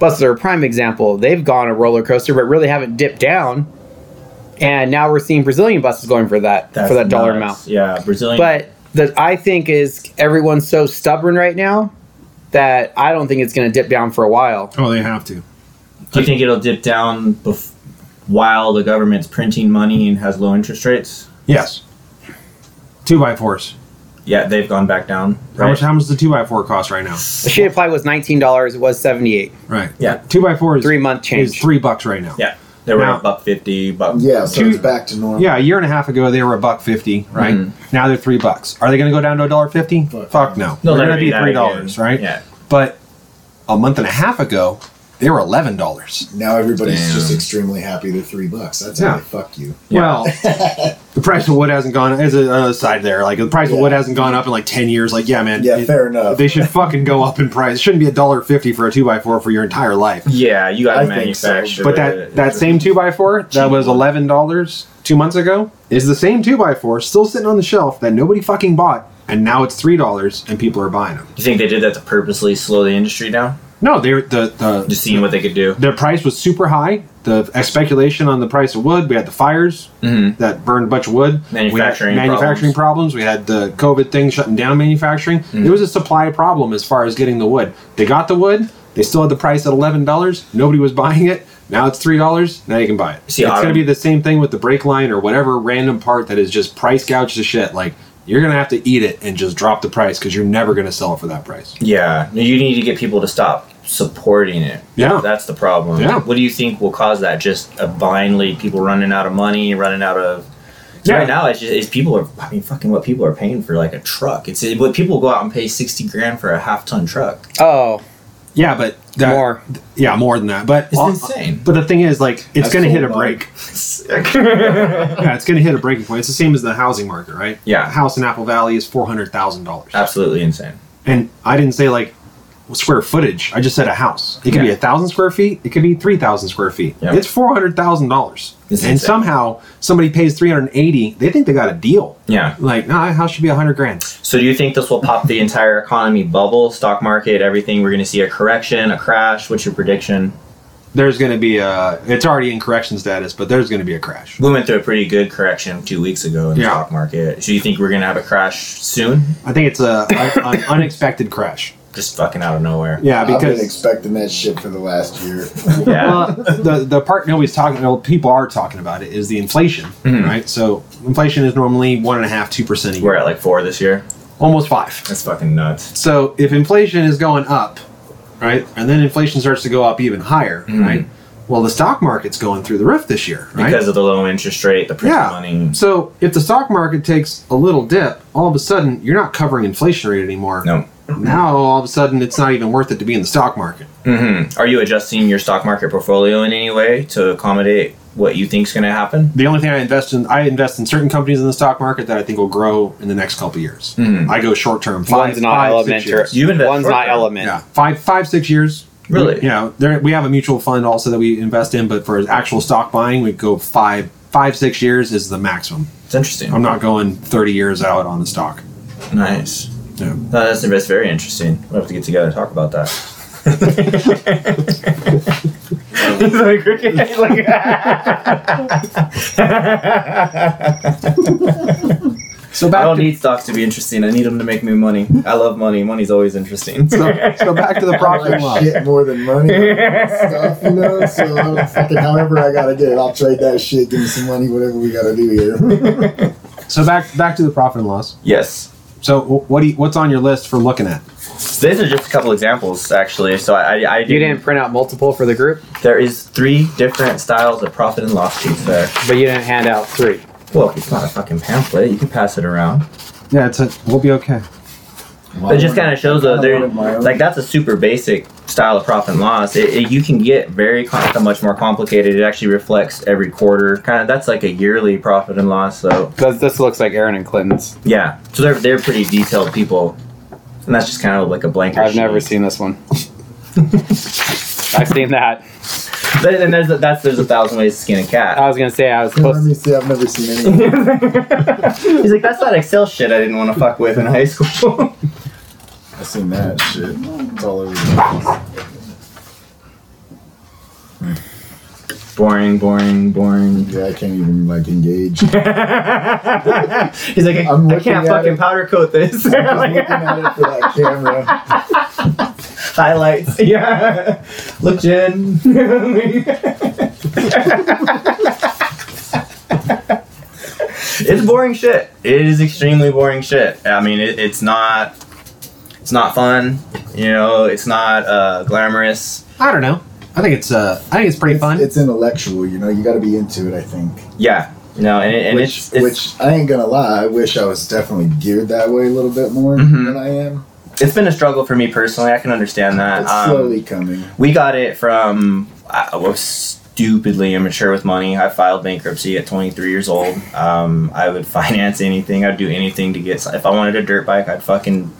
Speaker 4: Buses are a prime example. They've gone a roller coaster, but really haven't dipped down. And now we're seeing Brazilian buses going for that
Speaker 2: That's
Speaker 4: for that dollar amount.
Speaker 2: nuts. Yeah, Brazilian.
Speaker 4: But that I think is everyone's so stubborn right now that I don't think it's going to dip down for a while.
Speaker 1: Oh, they have to.
Speaker 2: do you think it'll dip down bef- while the government's printing money and has low interest rates?
Speaker 1: Yes. Two by fours.
Speaker 2: Yeah, they've gone back down.
Speaker 1: How much? How much does the two by four cost right now?
Speaker 4: The sheet of ply was nineteen dollars. It was seventy eight.
Speaker 1: Right.
Speaker 2: Yeah.
Speaker 1: Two by four is
Speaker 4: Three month
Speaker 1: is
Speaker 4: change.
Speaker 1: three bucks right now.
Speaker 2: Yeah. They were
Speaker 1: Now-
Speaker 2: a buck fifty, buck
Speaker 3: Yeah, so
Speaker 1: Two-
Speaker 3: it's back to normal.
Speaker 1: Yeah, a year and a half ago they were a buck fifty, right?
Speaker 2: Mhm.
Speaker 1: Now they're three bucks. Are they going to go down to a dollar fifty?
Speaker 3: Fuck
Speaker 1: Fuck
Speaker 3: no.
Speaker 1: no. they're
Speaker 2: they're
Speaker 1: going to be
Speaker 2: that
Speaker 1: three
Speaker 2: again.
Speaker 1: dollars, right?
Speaker 2: Yeah.
Speaker 1: But a month and a half ago they were eleven dollars.
Speaker 3: Now everybody's just
Speaker 2: Damn.
Speaker 3: extremely happy they're three bucks. That's
Speaker 1: Yeah.
Speaker 3: how they fuck you.
Speaker 2: Yeah.
Speaker 1: Well, the price of wood hasn't gone. As another side there, like the price of
Speaker 3: Yeah.
Speaker 1: wood hasn't gone up in like ten years. Like, yeah, man.
Speaker 3: Yeah,
Speaker 1: it-
Speaker 3: fair enough.
Speaker 1: They should fucking go up in price. It shouldn't be a dollar fifty for a two by four for your entire life.
Speaker 2: Yeah, you got
Speaker 3: I
Speaker 2: to
Speaker 3: think so,
Speaker 2: manufacture.
Speaker 1: But that
Speaker 2: it.
Speaker 1: that same two by four that was eleven dollars two months ago is the same two by four still sitting on the shelf that nobody fucking bought, and now it's three dollars and people are buying them.
Speaker 2: You think they did that to purposely slow the industry down,
Speaker 1: No, they were- the the
Speaker 2: just seeing what they could do?
Speaker 1: the price was super high. The ex- speculation on the price of wood. We had the fires
Speaker 2: Mm-hmm.
Speaker 1: that burned a bunch of wood.
Speaker 2: Manufacturing
Speaker 1: we had manufacturing problems. We had the COVID thing shutting down manufacturing.
Speaker 2: Mm-hmm.
Speaker 1: It was a supply problem as far as getting the wood. They got the wood. They still had the price at eleven dollars. Nobody was buying it. Now it's three dollars. Now you can buy it.
Speaker 2: See,
Speaker 1: it's
Speaker 2: I-
Speaker 1: going to be the same thing with the brake line or whatever random part that is just price gouged to shit. Like you're going to have to eat it and just drop the price because you're never going to sell it for that price.
Speaker 2: Yeah, you need to get people to stop supporting it.
Speaker 1: Yeah.
Speaker 2: that's the problem.
Speaker 1: Yeah.
Speaker 2: What do you think will cause that? Just a blindly people running out of money, running out of. 'cause
Speaker 1: Yeah.
Speaker 2: Right now, it's just it's people are. I mean, fucking what people are paying for like a truck. It's what people go out and pay sixty grand for a half ton truck.
Speaker 4: Oh,
Speaker 1: Yeah, but that-
Speaker 4: more.
Speaker 1: Yeah, more than that. But
Speaker 2: It's insane.
Speaker 1: But the thing is, like, it's
Speaker 3: That's
Speaker 1: going to
Speaker 3: so
Speaker 1: hit a
Speaker 3: low.
Speaker 1: break. Yeah, it's going to hit a breaking point. It's the same as the housing market, right?
Speaker 2: Yeah.
Speaker 1: A house in Apple Valley is four hundred thousand dollars.
Speaker 2: Absolutely insane.
Speaker 1: And I didn't say like square footage. I just said a house. It could be
Speaker 2: Yeah.
Speaker 1: a thousand square feet. It could be three thousand square feet.
Speaker 2: Yeah.
Speaker 1: It's four hundred thousand dollars. And
Speaker 2: It's insane.
Speaker 1: somehow somebody pays three hundred eighty. They think they got a deal.
Speaker 2: Yeah.
Speaker 1: Like, nah, a house should be a hundred grand.
Speaker 2: So do you think this will pop the entire economy bubble, stock market, everything? We're going to see a correction, a crash. What's your prediction?
Speaker 1: There's going to be a. It's already in correction status, but there's going to be a crash.
Speaker 2: We went through a pretty good correction two weeks ago in the
Speaker 1: Yeah.
Speaker 2: stock market. So you think we're going to have a crash soon?
Speaker 1: I think it's a an unexpected crash.
Speaker 2: Just fucking out of nowhere.
Speaker 1: Yeah,
Speaker 3: I've
Speaker 1: because
Speaker 3: been expecting that shit for the last year.
Speaker 2: Yeah.
Speaker 1: Well, the the part nobody's talking, well, people are talking about it is the inflation,
Speaker 2: Mhm.
Speaker 1: right? So inflation is normally one and a half, two percent a year,
Speaker 2: We're at like four this year.
Speaker 1: almost five.
Speaker 2: That's fucking nuts.
Speaker 1: So if inflation is going up, right, and then inflation starts to go up even higher,
Speaker 2: Mhm.
Speaker 1: right? Well, the stock market's going through the roof this year, right?
Speaker 2: Because of the low interest rate, the print
Speaker 1: yeah.
Speaker 2: money.
Speaker 1: So if the stock market takes a little dip, all of a sudden you're not covering inflation rate anymore.
Speaker 2: No.
Speaker 1: Now all of a sudden it's not even worth it to be in the stock market.
Speaker 2: hmm Are you adjusting your stock market portfolio in any way to accommodate what you think's going to happen?
Speaker 1: the only thing I invest in, I invest in certain companies in the stock market that I think will grow in the next couple of years.
Speaker 2: Mhm.
Speaker 1: I go short term, five,
Speaker 4: One's not
Speaker 1: five, six
Speaker 4: elementary.
Speaker 1: years.
Speaker 2: You invest
Speaker 4: One's not
Speaker 2: short-term.
Speaker 4: element.
Speaker 1: Yeah, five, five, six years.
Speaker 2: Really?
Speaker 1: You know, there, we have a mutual fund also that we invest in, but for actual stock buying, we go five, five, six years is the maximum.
Speaker 2: It's interesting.
Speaker 1: I'm not going 30 years out on the stock.
Speaker 2: Nice.
Speaker 1: Yeah.
Speaker 2: No, that's, that's very interesting. We'll have to get together and talk about that. He's like, "Okay," he's like-
Speaker 1: So
Speaker 2: I
Speaker 1: back
Speaker 2: don't
Speaker 1: to
Speaker 2: need stocks to be interesting. I need them to make me money. I love money. Money's always interesting.
Speaker 1: so, so back to the profit
Speaker 3: I
Speaker 1: and loss.
Speaker 3: shit more than money and stuff, you know. So I'm fucking however I gotta get it, I'll trade that shit, give me some money, whatever we gotta do here.
Speaker 1: So back back to the profit and loss.
Speaker 2: yes.
Speaker 1: So wh- what do you, what's on your list for looking at?
Speaker 2: So these are just a couple examples, actually. So I, I, I
Speaker 4: You didn't print out multiple for the group,
Speaker 2: There is three different styles of profit and loss sheets there.
Speaker 4: but you didn't hand out three.
Speaker 2: Well, it's not a fucking pamphlet. You can pass it around.
Speaker 1: Yeah, it's a, we'll be okay.
Speaker 2: But it just kind of shows though,
Speaker 3: kinda
Speaker 2: there,
Speaker 3: wanted my own.
Speaker 2: like that's a super basic style of profit and loss. It, it- you can get very com- much more complicated. It actually reflects every quarter. Kind of that's like a yearly profit and loss. So
Speaker 4: Because this looks like Aaron and Clinton's.
Speaker 2: yeah, so they're they're pretty detailed people, and that's just kind of like a blanket.
Speaker 4: I've never
Speaker 2: sheet.
Speaker 4: seen this one. I've seen that.
Speaker 2: But, and there's a, that's there's a thousand ways to skin a cat.
Speaker 4: I was gonna say I was
Speaker 3: Let
Speaker 4: close.
Speaker 3: me see, I've never seen any.
Speaker 2: He's like that's that Excel shit I didn't want to fuck with in high school.
Speaker 3: I've seen that shit. It's all over the
Speaker 2: boring, boring, boring.
Speaker 3: place. Yeah, I can't even like engage. I'm
Speaker 2: He's like, I,
Speaker 3: I'm
Speaker 2: I
Speaker 3: looking at
Speaker 2: can't fucking
Speaker 3: it.
Speaker 2: powder coat this.
Speaker 3: just looking at it for that camera.
Speaker 2: highlights. Yeah. Look, Jen. it's boring shit. It is extremely boring shit. I mean, it, it's not. It's not fun. You know, it's not uh, glamorous.
Speaker 1: I don't know. I think it's uh, I think it's pretty
Speaker 3: it's,
Speaker 1: fun.
Speaker 3: It's intellectual, you know. You got to be into it. I think.
Speaker 2: Yeah. No, and, it, and
Speaker 3: which,
Speaker 2: it's, it's
Speaker 3: which I ain't gonna lie. I wish I was definitely geared that way a little bit more
Speaker 1: Mm-hmm.
Speaker 2: Mhm.
Speaker 3: than I am.
Speaker 2: it's been a struggle for me personally. I can understand that.
Speaker 1: Uh,
Speaker 3: It's
Speaker 2: Um,
Speaker 3: slowly coming.
Speaker 2: We got it from I was stupidly immature with money. I filed bankruptcy at 23 years old. Um, I would finance anything. I'd do anything to get. some- If I wanted a dirt bike, I'd fucking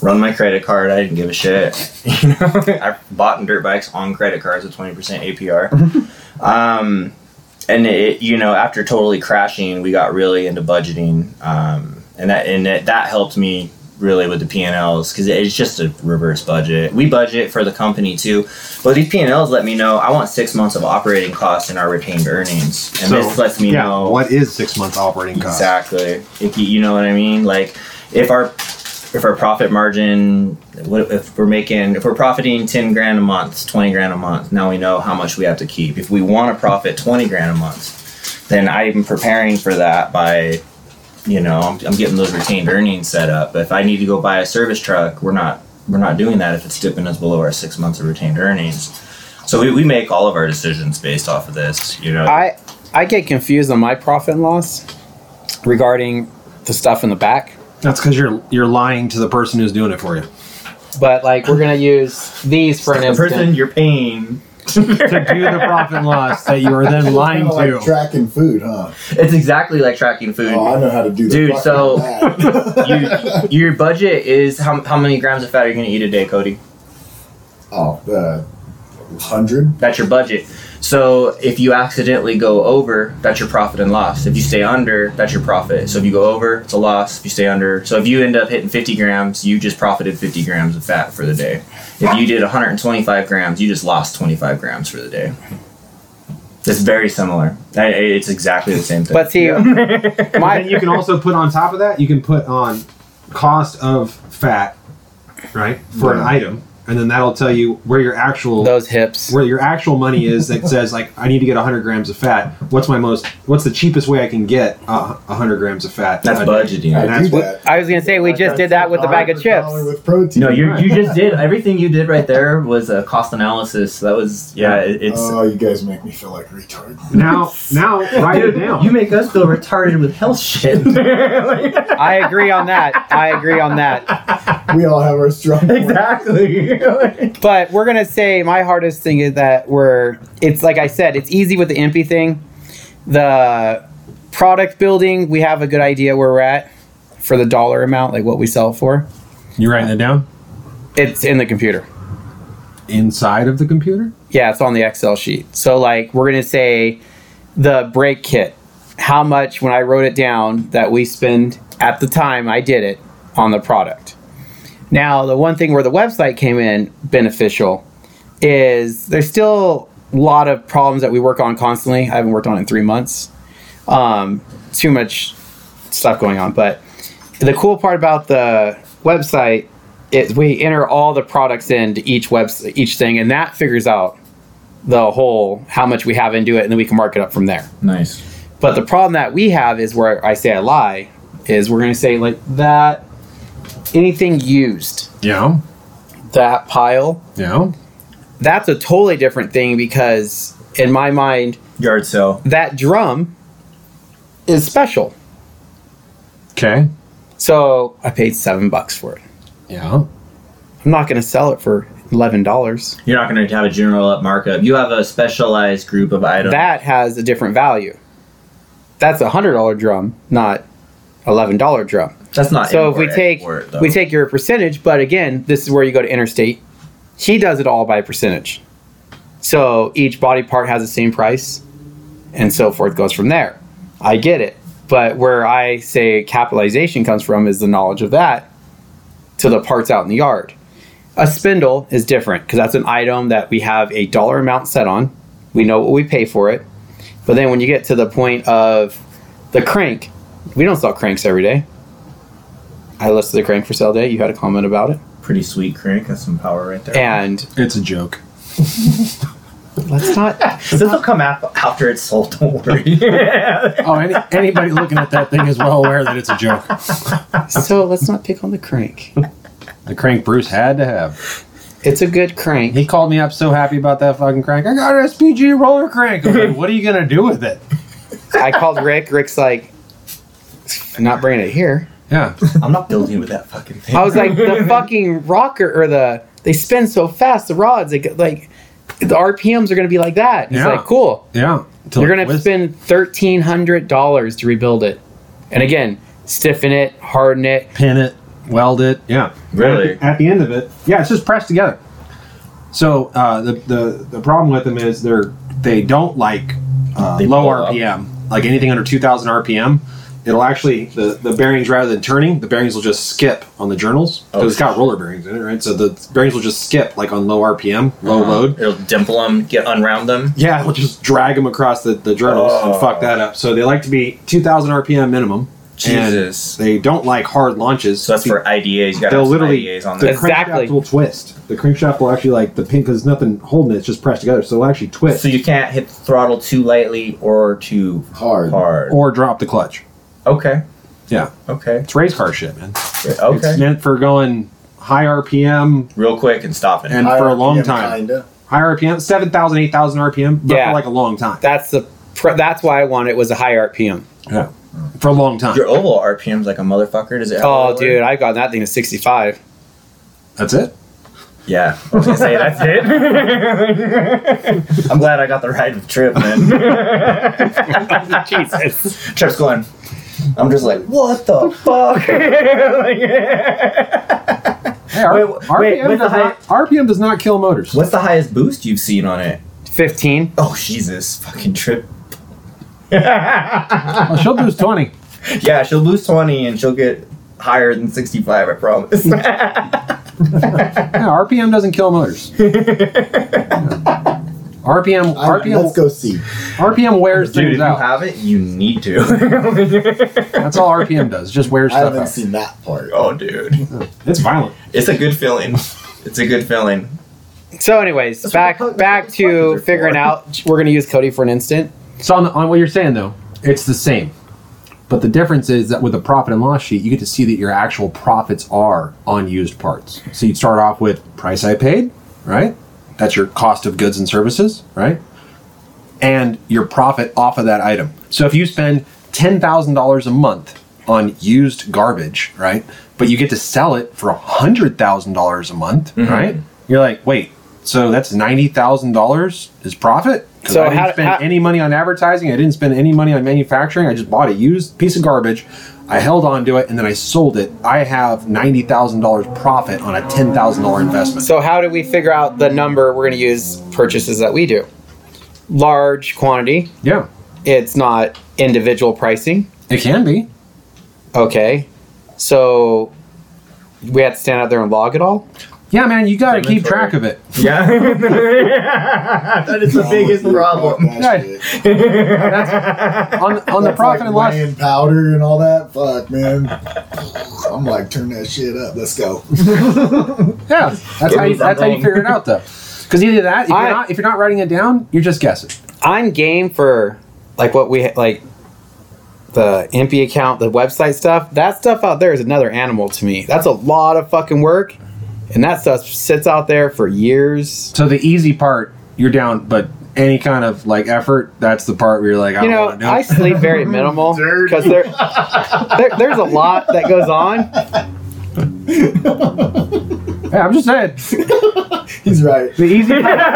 Speaker 2: run my credit card. I didn't give a shit. You know, I bought dirt bikes on credit cards with 20% APR. um, and it, you know, after totally crashing, we got really into budgeting, um, and that and that, that helped me really with the P&Ls because it's just a reverse budget. We budget for the company too, but these P&Ls let me know I want six months of operating costs in our retained earnings, and this lets me
Speaker 1: yeah,
Speaker 2: know
Speaker 1: what is six months operating cost.
Speaker 2: Exactly. If you, you know what I mean, like if our if our profit margin, what if we're making if we're profiting ten grand a month, twenty grand a month, now we know how much we have to keep. If we want to profit twenty grand a month, then I'm preparing for that by, you know, I'm, I'm getting those retained earnings set up. But if I need to go buy a service truck, we're not we're not doing that if it's dipping us below our six months of retained earnings. So we, we make all of our decisions based off of this, you know.
Speaker 4: I I get confused on my profit and loss regarding the stuff in the back.
Speaker 1: That's because you're you're lying to the person who's doing it for you.
Speaker 4: But like we're gonna use these for an
Speaker 2: the person
Speaker 4: instance.
Speaker 2: you're paying
Speaker 1: to do the profit and loss that you are then lying
Speaker 3: Kinda
Speaker 1: to.
Speaker 3: like tracking food, huh?
Speaker 2: It's exactly like tracking food.
Speaker 3: Oh, I know how to do. the
Speaker 2: Dude,
Speaker 3: fuck
Speaker 2: so-
Speaker 3: out of that.
Speaker 2: you, your budget is how, how many grams of fat are you going to eat a day, Cody?
Speaker 3: oh, the hundred.
Speaker 2: That's your budget. So if you accidentally go over, that's your profit and loss. If you stay under, that's your profit. So if you go over, it's a loss. If you stay under, so if you end up hitting 50 grams, you just profited 50 grams of fat for the day. If you did 125 grams, you just lost 25 grams for the day. It's very similar. I- It's exactly the same thing.
Speaker 4: But see,
Speaker 1: and you
Speaker 4: my
Speaker 1: can also put on top of that, you can put on cost of fat, right, for an
Speaker 3: Yeah.
Speaker 1: item, and then that'll tell you where your actual
Speaker 4: those hips.
Speaker 1: where your actual money is that says like I need to get 100 grams of fat. What's my most? What's the cheapest way I can get uh, 100 grams of fat?
Speaker 2: that's
Speaker 1: Uh,
Speaker 2: budgeting.
Speaker 3: I
Speaker 1: that's
Speaker 3: do
Speaker 1: what-
Speaker 3: that.
Speaker 4: I was gonna say we just did that with the bag of chips.
Speaker 3: Dollar With protein.
Speaker 2: No, you you just did everything you did right there was a cost analysis. That was yeah, it, it's
Speaker 3: Oh, you guys make me feel like retard.
Speaker 1: Now, now, write it
Speaker 2: Dude,
Speaker 1: down.
Speaker 2: You make us feel retarded with health shit.
Speaker 4: I agree on that. I agree on that.
Speaker 3: We all have our strong. points.
Speaker 2: exactly.
Speaker 4: But we're gonna say my hardest thing is that we're. It's like I said. It's easy with the MP thing. The product building, we have a good idea where we're at for the dollar amount, like what we sell for.
Speaker 1: you writing it down
Speaker 4: It's in the computer.
Speaker 1: inside of the computer.
Speaker 4: Yeah, it's on the Excel sheet. So like we're gonna say the brake kit, how much when I wrote it down that we spend at the time I did it on the product. Now the one thing where the website came in beneficial is there's still a lot of problems that we work on constantly. I haven't worked on it in three months. Um, too much stuff going on. But the cool part about the website is we enter all the products into each web each thing, and that figures out the whole how much we have into it, and then we can mark it up from there.
Speaker 2: Nice.
Speaker 4: But the problem that we have is where I say I lie is we're going to say like that anything used
Speaker 1: Yeah,
Speaker 4: that pile
Speaker 1: yeah.
Speaker 4: that's a totally different thing because in my mind
Speaker 2: Yard sale.
Speaker 4: that drum is special.
Speaker 1: Okay.
Speaker 4: So I paid seven bucks for it.
Speaker 1: Yeah.
Speaker 4: I'm not going to sell it for eleven dollars.
Speaker 2: You're not going to have a general up markup. You have a specialized group of items.
Speaker 4: that has a different value. That's a hundred dollar drum, not eleven dollar drum.
Speaker 2: That's not.
Speaker 4: So if we
Speaker 2: import,
Speaker 4: take
Speaker 2: export, though.
Speaker 4: we take your percentage, but again, this is where you go to interstate. He does it all by percentage. So each body part has the same price, and so forth goes from there. I get it, but where I say capitalization comes from is the knowledge of that to the parts out in the yard. A spindle is different because that's an item that we have a dollar amount set on. We know what we pay for it. But then when you get to the point of the crank, we don't sell cranks every day. I listed the crank for sale day. You had a comment about it.
Speaker 2: pretty sweet crank. That's some power right there.
Speaker 4: And
Speaker 1: It's a joke.
Speaker 4: let's not.
Speaker 2: this will come af- after it's sold. Don't worry.
Speaker 1: Oh, any, anybody looking at that thing is well aware that it's a joke.
Speaker 4: So let's not pick on the crank.
Speaker 1: The crank Bruce had to have.
Speaker 4: It's a good crank.
Speaker 1: He called me up so happy about that fucking crank. I got an SPG roller crank. I'm like, what are you gonna do with it?
Speaker 4: I called Rick. Rick's like, I'm not bringing it here.
Speaker 1: Yeah,
Speaker 2: I'm not building with that fucking thing.
Speaker 4: I was like, the fucking rocker or the they spin so fast. The rods, like, like the RPMs are gonna be like that. And He's
Speaker 1: Yeah.
Speaker 4: like, cool.
Speaker 1: yeah. Till
Speaker 4: You're
Speaker 1: it
Speaker 4: gonna have to
Speaker 1: whiz-
Speaker 4: spend thirteen hundred dollars to rebuild it, and again, stiffen it, harden it.
Speaker 1: pin it, weld it. Yeah.
Speaker 2: Really?
Speaker 1: At the, at the end of it, yeah, it's just pressed together. So uh, the, the the problem with them is they're they don't like uh,
Speaker 2: They
Speaker 1: low
Speaker 2: blow up.
Speaker 1: RPM, like anything under 2,000 RPM. It'll actually the, the bearings rather than turning, the bearings will just skip on the journals because
Speaker 2: Oh.
Speaker 1: it's got roller bearings in it, right? So the bearings will just skip like on low RPM, low
Speaker 2: Uh-huh.
Speaker 1: load.
Speaker 2: It'll dimple them, get unround them.
Speaker 1: Yeah, it'll just drag them across the, the journals
Speaker 2: Oh.
Speaker 1: and fuck that up. So they like to be 2,000 RPM minimum. and
Speaker 2: Jesus.
Speaker 1: they don't like hard launches.
Speaker 2: So that's for IDAs. You got
Speaker 1: They'll
Speaker 2: to
Speaker 1: literally
Speaker 2: IDAs on
Speaker 1: the
Speaker 2: there.
Speaker 4: Exactly.
Speaker 1: crankshaft will twist. The crankshaft will actually like the pin because nothing holding it, it's just pressed together, so it'll actually twist
Speaker 2: So you can't hit the throttle too lightly or too
Speaker 3: Hard.
Speaker 2: hard.
Speaker 1: or drop the clutch.
Speaker 2: Okay.
Speaker 1: Yeah,
Speaker 2: Okay.
Speaker 1: it's race car shit, man. It's
Speaker 2: Okay.
Speaker 1: meant for going high RPM
Speaker 2: Real quick and stopping.
Speaker 1: and for a long
Speaker 3: RPM,
Speaker 1: time,
Speaker 3: Kinda.
Speaker 1: high RPM, 7,000, 8,000 RPM, but
Speaker 4: Yeah.
Speaker 1: for like a long time.
Speaker 4: That's the pr- that's why I wanted it was a high RPM.
Speaker 1: Yeah, for a long time.
Speaker 2: Your oval RPM's like a motherfucker. Does it? have
Speaker 4: Oh,
Speaker 2: oil?
Speaker 4: dude, I've gotten that thing to sixty five.
Speaker 1: That's it.
Speaker 2: Yeah. I was gonna say that's it. I'm glad I got the ride with Trip, man.
Speaker 4: Jesus.
Speaker 2: Trip's going. I'm just like, what the fuck? Like,
Speaker 1: Hey, R-
Speaker 2: Wait,
Speaker 1: RPM,
Speaker 2: wait, what's the
Speaker 1: does not, RPM does not kill motors.
Speaker 2: What's the highest boost you've seen on it?
Speaker 4: 15.
Speaker 2: Oh Jesus, fucking Trip.
Speaker 1: Well, she'll lose 20.
Speaker 2: Yeah, she'll lose 20 and she'll get higher than 65, I promise.
Speaker 1: Yeah, RPM doesn't kill motors. Yeah. RPM,
Speaker 3: I-
Speaker 1: RPM,
Speaker 3: Let's go see.
Speaker 1: RPM wears
Speaker 2: Dude, if
Speaker 1: things
Speaker 2: you
Speaker 1: out.
Speaker 2: have it, you need to.
Speaker 1: That's all RPM does. Just wears
Speaker 3: I
Speaker 1: stuff
Speaker 3: haven't
Speaker 1: out.
Speaker 3: seen that part.
Speaker 2: oh, dude.
Speaker 1: It's violent.
Speaker 2: It's a good feeling. It's a good feeling.
Speaker 4: So, anyways,
Speaker 2: That's what
Speaker 4: back
Speaker 2: the punk-
Speaker 4: back
Speaker 2: that's what the
Speaker 4: to
Speaker 2: punches are
Speaker 4: figuring
Speaker 2: for.
Speaker 4: out. We're gonna use Cody for an instant.
Speaker 1: So on, on what you're saying though, it's the same. But the difference is that with the profit and loss sheet, you get to see that your actual profits are on used parts. So you'd start off with price I paid, right? That's your cost of goods and services, right? And your profit off of that item. So if you spend ten thousand dollars a month on used garbage, right? But you get to sell it for hundred thousand dollars a month,
Speaker 4: Mm-hmm.
Speaker 1: right? You're like, wait, so that's ninety thousand dollars is profit? 'Cause
Speaker 4: So
Speaker 1: I didn't
Speaker 4: how-
Speaker 1: spend
Speaker 4: how-
Speaker 1: any money on advertising. I didn't spend any money on manufacturing. I just bought a used piece of garbage. I held on to it and then I sold it. I have ninety thousand dollars profit on a ten thousand dollar investment.
Speaker 4: So, how do we figure out the number we're gonna use purchases that we do? Large quantity.
Speaker 1: yeah,
Speaker 4: It's not individual pricing.
Speaker 1: it can be.
Speaker 4: Okay. So, we had to stand out there and log it all.
Speaker 1: Yeah, man, you got to keep
Speaker 2: Inventory.
Speaker 1: track of it.
Speaker 2: Yeah. that is the biggest problem.
Speaker 1: Yeah.
Speaker 3: That shit.
Speaker 1: On, on the
Speaker 3: That's
Speaker 1: profit
Speaker 3: like
Speaker 1: and loss.
Speaker 3: weighing powder and all that. Fuck, man. I'm like, turn that shit up. Let's go.
Speaker 1: Yeah, that's how you, that's how you figure it out though. Because either that, if you're,
Speaker 4: I-
Speaker 1: not, if you're not writing it down, you're just guessing.
Speaker 4: I'm game for like what we like the Impy account, the website stuff. That stuff out there is another animal to me. That's a lot of fucking work, and that stuff sits out there for years.
Speaker 1: So the easy part, you're down, but any kind of like effort, that's the part where you're like, I
Speaker 4: You
Speaker 1: don't
Speaker 4: know,
Speaker 1: want to know.
Speaker 4: I sleep very minimal
Speaker 3: Dirty.
Speaker 4: because there, there, there's a lot that goes on.
Speaker 1: Hey, I'm just saying,
Speaker 3: He's right.
Speaker 1: the easy part, if,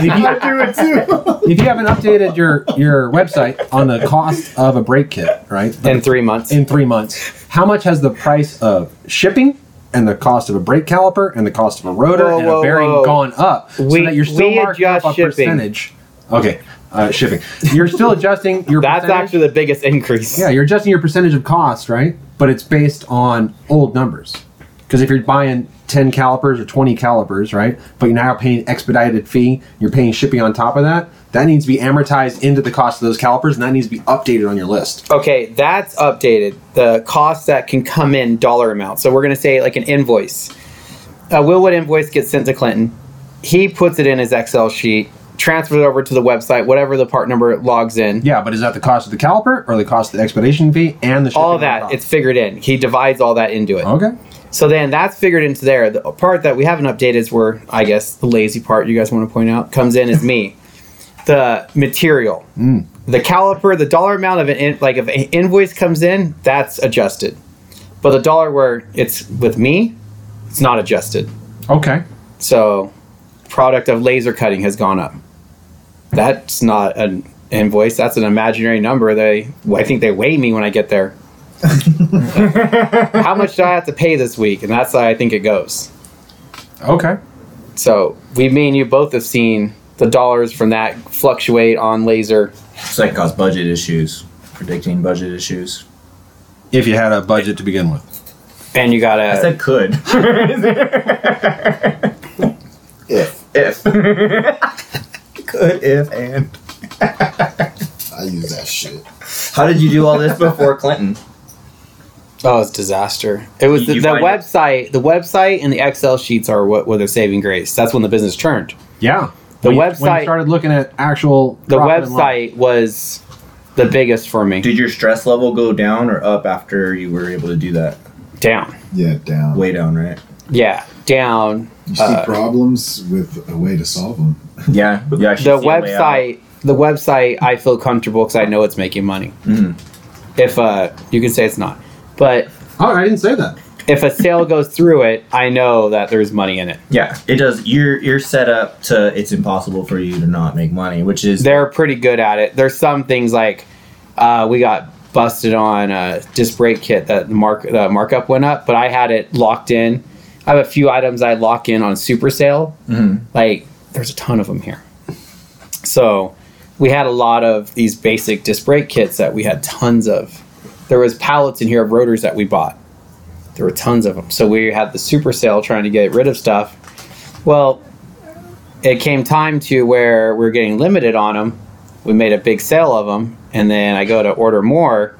Speaker 3: I
Speaker 1: you,
Speaker 3: do it too.
Speaker 1: if you haven't updated your, your website on the cost of a brake kit, right?
Speaker 4: In three months,
Speaker 1: in three months, how much has the price of shipping and the cost of a brake caliper and the cost of a rotor
Speaker 4: Whoa,
Speaker 1: and
Speaker 4: whoa,
Speaker 1: a bearing
Speaker 4: whoa.
Speaker 1: gone up so
Speaker 4: We-
Speaker 1: that you're still
Speaker 4: we
Speaker 1: marking up a
Speaker 4: adjust shipping.
Speaker 1: percentage? Okay, uh, shipping. You're still adjusting your.
Speaker 4: that's
Speaker 1: percentage.
Speaker 4: actually the biggest increase.
Speaker 1: Yeah, you're adjusting your percentage of cost, right? But it's based on old numbers. Because if you're buying 10 calipers or 20 calipers, right? But you're now paying expedited fee, you're paying shipping on top of that, that needs to be amortized into the cost of those calipers and that needs to be updated on your list.
Speaker 4: Okay, that's updated. The costs that can come in dollar amount. So we're going to say like an invoice. A Willwood invoice gets sent to Clinton. He puts it in his Excel sheet, transfers it over to the website, whatever the part number it logs in.
Speaker 1: Yeah, but is that the cost of the caliper or the cost of the expedition fee and the shipping?
Speaker 4: All
Speaker 1: on
Speaker 4: that,
Speaker 1: top?
Speaker 4: it's figured in. He divides all that into it.
Speaker 1: Okay.
Speaker 4: So then that's figured into there. The part that we haven't updated is where I guess the lazy part you guys want to point out comes in is me. The material, the caliper, the dollar amount of an in, like if an invoice comes in, that's adjusted. But the dollar where it's with me, it's not adjusted.
Speaker 1: Okay.
Speaker 4: So product of laser cutting has gone up. That's not an invoice. That's an imaginary number. They I think they weigh me when I get there. How much do I have to pay this week? And that's how I think it goes.
Speaker 1: Okay.
Speaker 4: So we, me and you both have seen the dollars from that fluctuate on laser.
Speaker 2: So that can cause budget issues, predicting budget issues.
Speaker 1: If you had a budget to begin with.
Speaker 4: And you gotta
Speaker 2: I said could.
Speaker 3: If
Speaker 2: if. could, if, and.
Speaker 3: I use that shit.
Speaker 2: How did you do all this before Clinton?
Speaker 4: Oh, it's disaster. It was
Speaker 2: You-
Speaker 4: the,
Speaker 2: you
Speaker 4: the
Speaker 2: find it-
Speaker 4: website. The website and the Excel sheets are what were their saving grace. That's when the business turned.
Speaker 1: Yeah.
Speaker 4: The
Speaker 1: When you- when you
Speaker 4: website-
Speaker 1: started looking at actual.
Speaker 4: The
Speaker 1: profit and loss.
Speaker 4: website was the biggest for me.
Speaker 2: Did your stress level go down or up after you were able to do that?
Speaker 4: Down.
Speaker 3: Yeah, down.
Speaker 2: Way down, right?
Speaker 4: Yeah, down.
Speaker 3: You see
Speaker 4: Uh,
Speaker 3: problems with a way to solve them.
Speaker 2: Yeah. Yeah.
Speaker 4: The website. The website. I feel comfortable because I know it's making money.
Speaker 2: Mhm.
Speaker 4: If uh, you can say it's not, but
Speaker 1: Oh, I didn't say that.
Speaker 4: if a sale goes through it, I know that there's money in it.
Speaker 2: Yeah, it does. You're you're set up to. It's impossible for you to not make money, which is
Speaker 4: they're pretty good at it. There's some things like uh, we got busted on a disc brake kit that the mark the markup went up, but I had it locked in. I have a few items I lock in on super sale.
Speaker 2: Mhm.
Speaker 4: Like there's a ton of them here. So we had a lot of these basic disc brake kits that we had tons of. There was pallets in here of rotors that we bought. There were tons of them. So we had the super sale trying to get rid of stuff. Well, it came time to where we were getting limited on them. We made a big sale of them, and then I go to order more,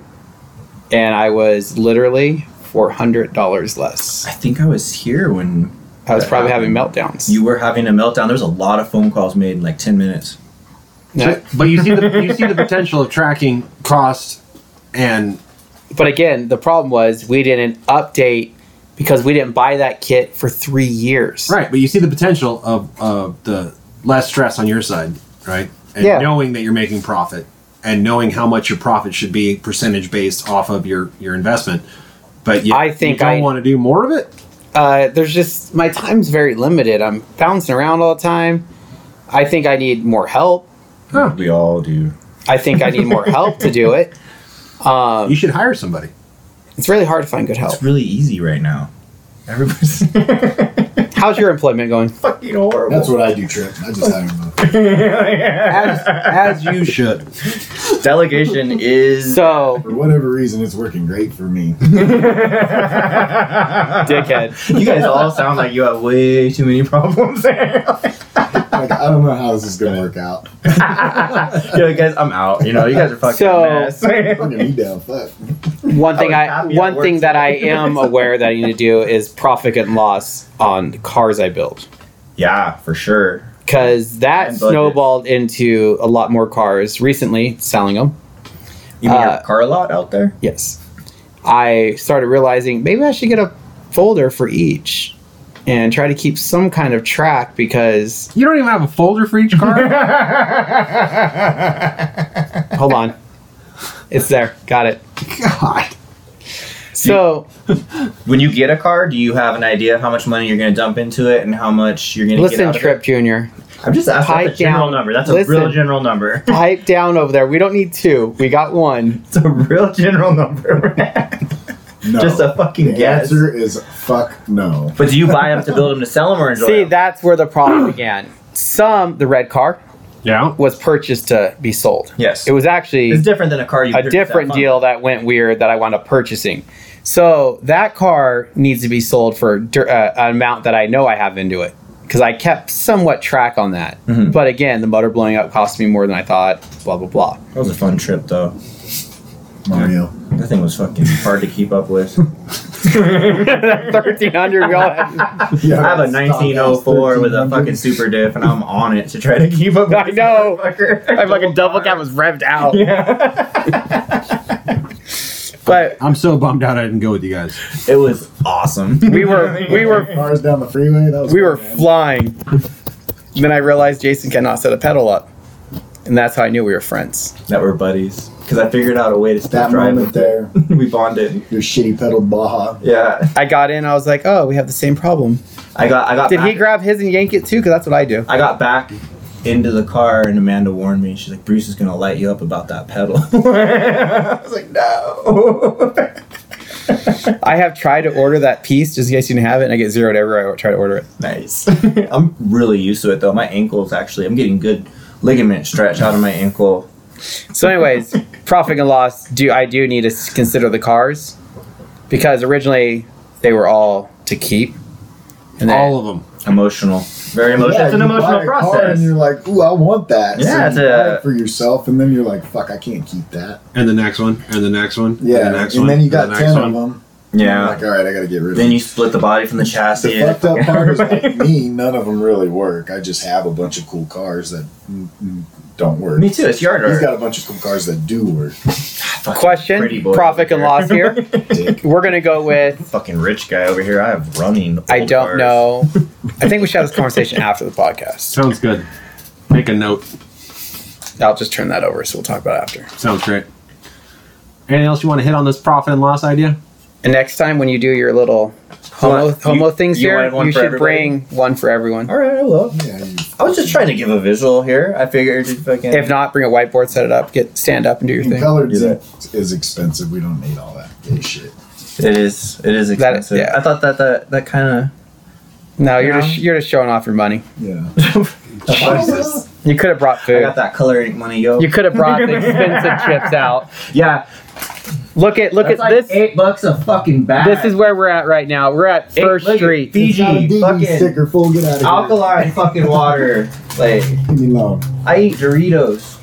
Speaker 4: and I was literally four hundred dollars less.
Speaker 2: I think I was here when
Speaker 4: I was
Speaker 2: That
Speaker 4: probably having
Speaker 2: happened.
Speaker 4: meltdowns.
Speaker 2: you were having a meltdown. There was a lot of phone calls made in like ten minutes.
Speaker 4: No,
Speaker 1: But you see the you see the potential of tracking cost and
Speaker 4: but again, the problem was we didn't update because we didn't buy that kit for three years.
Speaker 1: right, but you see the potential of of the less stress on your side, right? And
Speaker 4: Yeah.
Speaker 1: knowing that you're making profit and knowing how much your profit should be percentage based off of your your investment. But you,
Speaker 4: I think
Speaker 1: you don't
Speaker 4: I-
Speaker 1: want to do more of it.
Speaker 4: Uh, there's just my time's very limited. I'm bouncing around all the time. I think I need more help.
Speaker 1: Huh.
Speaker 2: We all do.
Speaker 4: I think I need more help to do it. Um,
Speaker 1: You should hire somebody.
Speaker 4: it's really hard to find good help.
Speaker 3: Oh.
Speaker 2: It's really easy right now. Everybody's
Speaker 4: How's your employment going?
Speaker 2: fucking horrible.
Speaker 3: That's what I do, Trip. I just hire them.
Speaker 1: As, as you should.
Speaker 2: Delegation is
Speaker 4: So,
Speaker 3: For whatever reason, it's working great for me.
Speaker 4: dickhead.
Speaker 2: You guys all sound like you have way too many problems.
Speaker 3: Like, I don't know how this is gonna work out.
Speaker 2: Yo, guys, I'm out. You know, you guys are fucking
Speaker 4: So-
Speaker 2: mess.
Speaker 3: Fucking me down, fuck.
Speaker 4: One thing
Speaker 2: was
Speaker 4: I
Speaker 2: happy at
Speaker 4: one
Speaker 2: work
Speaker 4: thing that I
Speaker 2: today.
Speaker 4: am aware that I need to do is profit and loss on the cars I build
Speaker 2: yeah, for sure.
Speaker 4: because that
Speaker 2: And budget.
Speaker 4: snowballed into a lot more cars recently selling them.
Speaker 2: You mean
Speaker 4: Uh,
Speaker 2: your car lot out there?
Speaker 4: Yes, I started realizing maybe I should get a folder for each and try to keep some kind of track because
Speaker 1: You don't even have a folder for each car.
Speaker 4: hold on, it's there. Got it.
Speaker 1: God.
Speaker 4: So
Speaker 2: When you get a car, do you have an idea of how much money you're going to dump into it and how much you're going to get
Speaker 4: listen,
Speaker 2: out of
Speaker 4: Trip Junior,
Speaker 2: it? I'm just asking.
Speaker 4: pipe
Speaker 2: That's a general
Speaker 4: down.
Speaker 2: number. That's
Speaker 4: Listen.
Speaker 2: a real general number.
Speaker 4: pipe down over there. We don't need two. We got one.
Speaker 2: It's a real general number.
Speaker 3: No.
Speaker 2: just a fucking
Speaker 3: the
Speaker 2: guess.
Speaker 3: answer is fuck no.
Speaker 2: But do you buy them to build them to sell them or enjoy
Speaker 4: See,
Speaker 2: 'em?
Speaker 4: that's where the problem began. Some, the red car,
Speaker 1: Yeah.
Speaker 4: was purchased to be sold.
Speaker 2: Yes.
Speaker 4: It was actually
Speaker 2: it's different than a car you
Speaker 4: a
Speaker 2: purchased at
Speaker 4: different
Speaker 2: Funko.
Speaker 4: deal that went weird that I wound up purchasing. So that car needs to be sold for dir- uh, an amount that I know I have into it because I kept somewhat track on that.
Speaker 2: Mm-hmm.
Speaker 4: But again, the motor blowing up cost me more than I thought, blah, blah, blah.
Speaker 2: That was a fun trip, though.
Speaker 3: Mario.
Speaker 2: That thing was fucking hard to keep up with.
Speaker 4: 1300 we all had.
Speaker 3: Yeah,
Speaker 2: I have a
Speaker 3: stock
Speaker 2: 1904 with a
Speaker 3: S1300.
Speaker 2: fucking super diff, and I'm on it to try to keep up. With
Speaker 4: I
Speaker 2: this
Speaker 4: know.
Speaker 2: motherfucker.
Speaker 4: My fucking double cab was revved out.
Speaker 2: Yeah.
Speaker 4: But
Speaker 1: I'm so bummed out I didn't go with you guys.
Speaker 2: It was awesome.
Speaker 4: we were we were
Speaker 3: Cars down the freeway. That was
Speaker 4: we were
Speaker 3: fun, man.
Speaker 4: flying. then I realized Jason cannot set a pedal up, and that's how I knew we were friends.
Speaker 2: that were buddies because I figured out a way to stop
Speaker 3: that
Speaker 2: driving.
Speaker 3: moment there.
Speaker 2: we bonded.
Speaker 3: Your shitty pedal Baja.
Speaker 2: Yeah,
Speaker 4: I got in. I was like, oh, we have the same problem.
Speaker 2: I got I got.
Speaker 4: Did he
Speaker 2: back-
Speaker 4: grab his and yank it too? Because that's what I do.
Speaker 2: I got back into the car and Amanda warned me. She's like, Bruce is gonna light you up about that pedal. I was like, no.
Speaker 4: I have tried to order that piece just in case you didn't have it, and I get zeroed everywhere I try to order it.
Speaker 2: nice. I'm really used to it though. My ankle's actually I'm getting good ligament stretch out of my ankle.
Speaker 4: So, anyways, profit and loss. Do I do need to s- consider the cars because originally they were all to keep. And then,
Speaker 1: All of them.
Speaker 2: Emotional. Very emotional.
Speaker 3: Yeah,
Speaker 2: it's an
Speaker 3: you
Speaker 2: emotional
Speaker 3: buy a car
Speaker 2: process.
Speaker 3: and you're like, ooh, I want that.
Speaker 2: Yeah,
Speaker 3: so
Speaker 2: it's
Speaker 3: you buy
Speaker 2: a-
Speaker 3: it for yourself, and then you're like, fuck, I can't keep that.
Speaker 1: And the next one. And the next one.
Speaker 3: Yeah,
Speaker 1: And
Speaker 3: and,
Speaker 1: the next one.
Speaker 3: then you
Speaker 1: and
Speaker 3: got
Speaker 1: the next
Speaker 3: ten
Speaker 1: one.
Speaker 3: of them.
Speaker 2: yeah.
Speaker 3: like, all right, I gotta get rid of.
Speaker 2: then
Speaker 3: it.
Speaker 2: you split the body from the
Speaker 3: The
Speaker 2: chassis.
Speaker 3: fucked up part is like, me. None of them really work. I just have a bunch of cool cars that mm, mm, don't work.
Speaker 2: me too. It's yard
Speaker 3: He's
Speaker 2: art.
Speaker 3: got a bunch of cool cars that do work.
Speaker 2: Fucking pretty
Speaker 4: question:
Speaker 2: boy
Speaker 4: profit and
Speaker 2: over
Speaker 4: loss
Speaker 2: here.
Speaker 4: here.
Speaker 3: Dick.
Speaker 4: We're gonna go with
Speaker 2: Fucking rich guy over here. I have running.
Speaker 4: I
Speaker 2: old
Speaker 4: don't
Speaker 2: cars.
Speaker 4: know. I think we should have this conversation after the podcast.
Speaker 1: Sounds good. Make a note.
Speaker 4: I'll just turn that over, so we'll talk about it after.
Speaker 1: Sounds great. Anything else you want to hit on this profit and loss idea?
Speaker 4: And next time when you do your little homo,
Speaker 2: You-
Speaker 4: homo things
Speaker 2: you
Speaker 4: here,
Speaker 2: wanted one
Speaker 4: you
Speaker 2: for
Speaker 4: should
Speaker 2: everybody?
Speaker 4: bring one for everyone.
Speaker 2: All right, I will.
Speaker 3: Yeah, you
Speaker 2: I was just trying to give a visual here. I figured if I can.
Speaker 4: If not, bring a whiteboard, set it up, get stand up and do your thing.
Speaker 3: colored
Speaker 2: Do that.
Speaker 3: zinc is expensive. We don't need all that gay shit.
Speaker 2: it is. It is expensive.
Speaker 4: yeah.
Speaker 2: I thought that that that kind
Speaker 4: No, you're
Speaker 2: No.
Speaker 4: just you're just showing off your money.
Speaker 3: Yeah.
Speaker 2: of.
Speaker 3: Jesus.
Speaker 4: You could have brought
Speaker 2: I
Speaker 4: food.
Speaker 2: got that color ink money, yo.
Speaker 4: You could have brought the expensive chips out.
Speaker 2: yeah,
Speaker 4: Look at look
Speaker 2: that's
Speaker 4: at
Speaker 2: like
Speaker 4: this.
Speaker 2: Eight bucks a fucking bag.
Speaker 4: This is where we're at right now. We're at
Speaker 2: Hey,
Speaker 4: First
Speaker 2: look at
Speaker 4: Street.
Speaker 2: these-
Speaker 3: It's not a
Speaker 2: DG,
Speaker 3: DD
Speaker 2: fucking
Speaker 3: sticker. Full. Get out of
Speaker 2: alkaline fucking water. Like
Speaker 3: here. Leave me alone.
Speaker 2: I eat Doritos.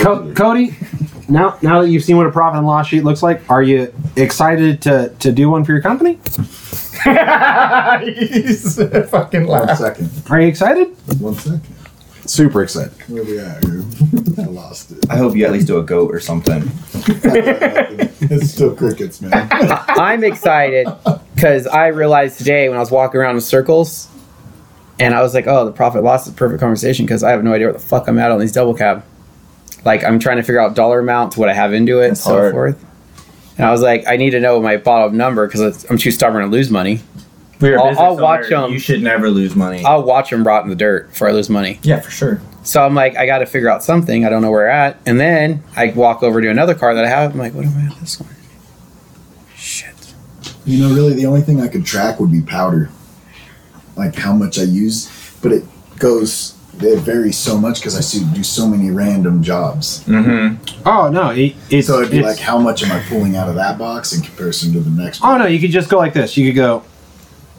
Speaker 1: Co- Cody, now now that you've seen what a profit and loss sheet looks like, are you excited to to do one for your company?
Speaker 2: He's fucking
Speaker 3: One second.
Speaker 1: Are you excited?
Speaker 3: One second.
Speaker 1: Super excited.
Speaker 3: Where we at? here? I lost it.
Speaker 2: I hope you at least do a goat or something.
Speaker 3: it's still crickets, man.
Speaker 4: I'm excited because I realized today when I was walking around in circles, and I was like, "Oh, the profit loss is a perfect conversation" because I have no idea what the fuck I'm at on these double cab. Like I'm trying to figure out dollar amounts, what I have into it, and
Speaker 2: That's
Speaker 4: so
Speaker 2: hard.
Speaker 4: forth. And I was like, I need to know my bottom number because I'm too stubborn to lose money.
Speaker 2: We're
Speaker 4: I'll- I'll watch 'em.
Speaker 2: You should never lose money.
Speaker 4: I'll watch them rot in the dirt before I lose money.
Speaker 2: yeah, for sure.
Speaker 4: So I'm like, I got to figure out something. I don't know where at. And then I walk over to another car that I have. I'm like, what am I at this one? Shit.
Speaker 3: You know, really, the only thing I could track would be powder, like how much I use. But it goes, it varies so much because I see- do so many random jobs.
Speaker 2: Mm-hmm.
Speaker 1: Oh no, it, it's,
Speaker 3: So it'd be
Speaker 1: it's-
Speaker 3: like, how much am I pulling out of that box in comparison to the next?
Speaker 1: oh no, you could just go like this. You could go,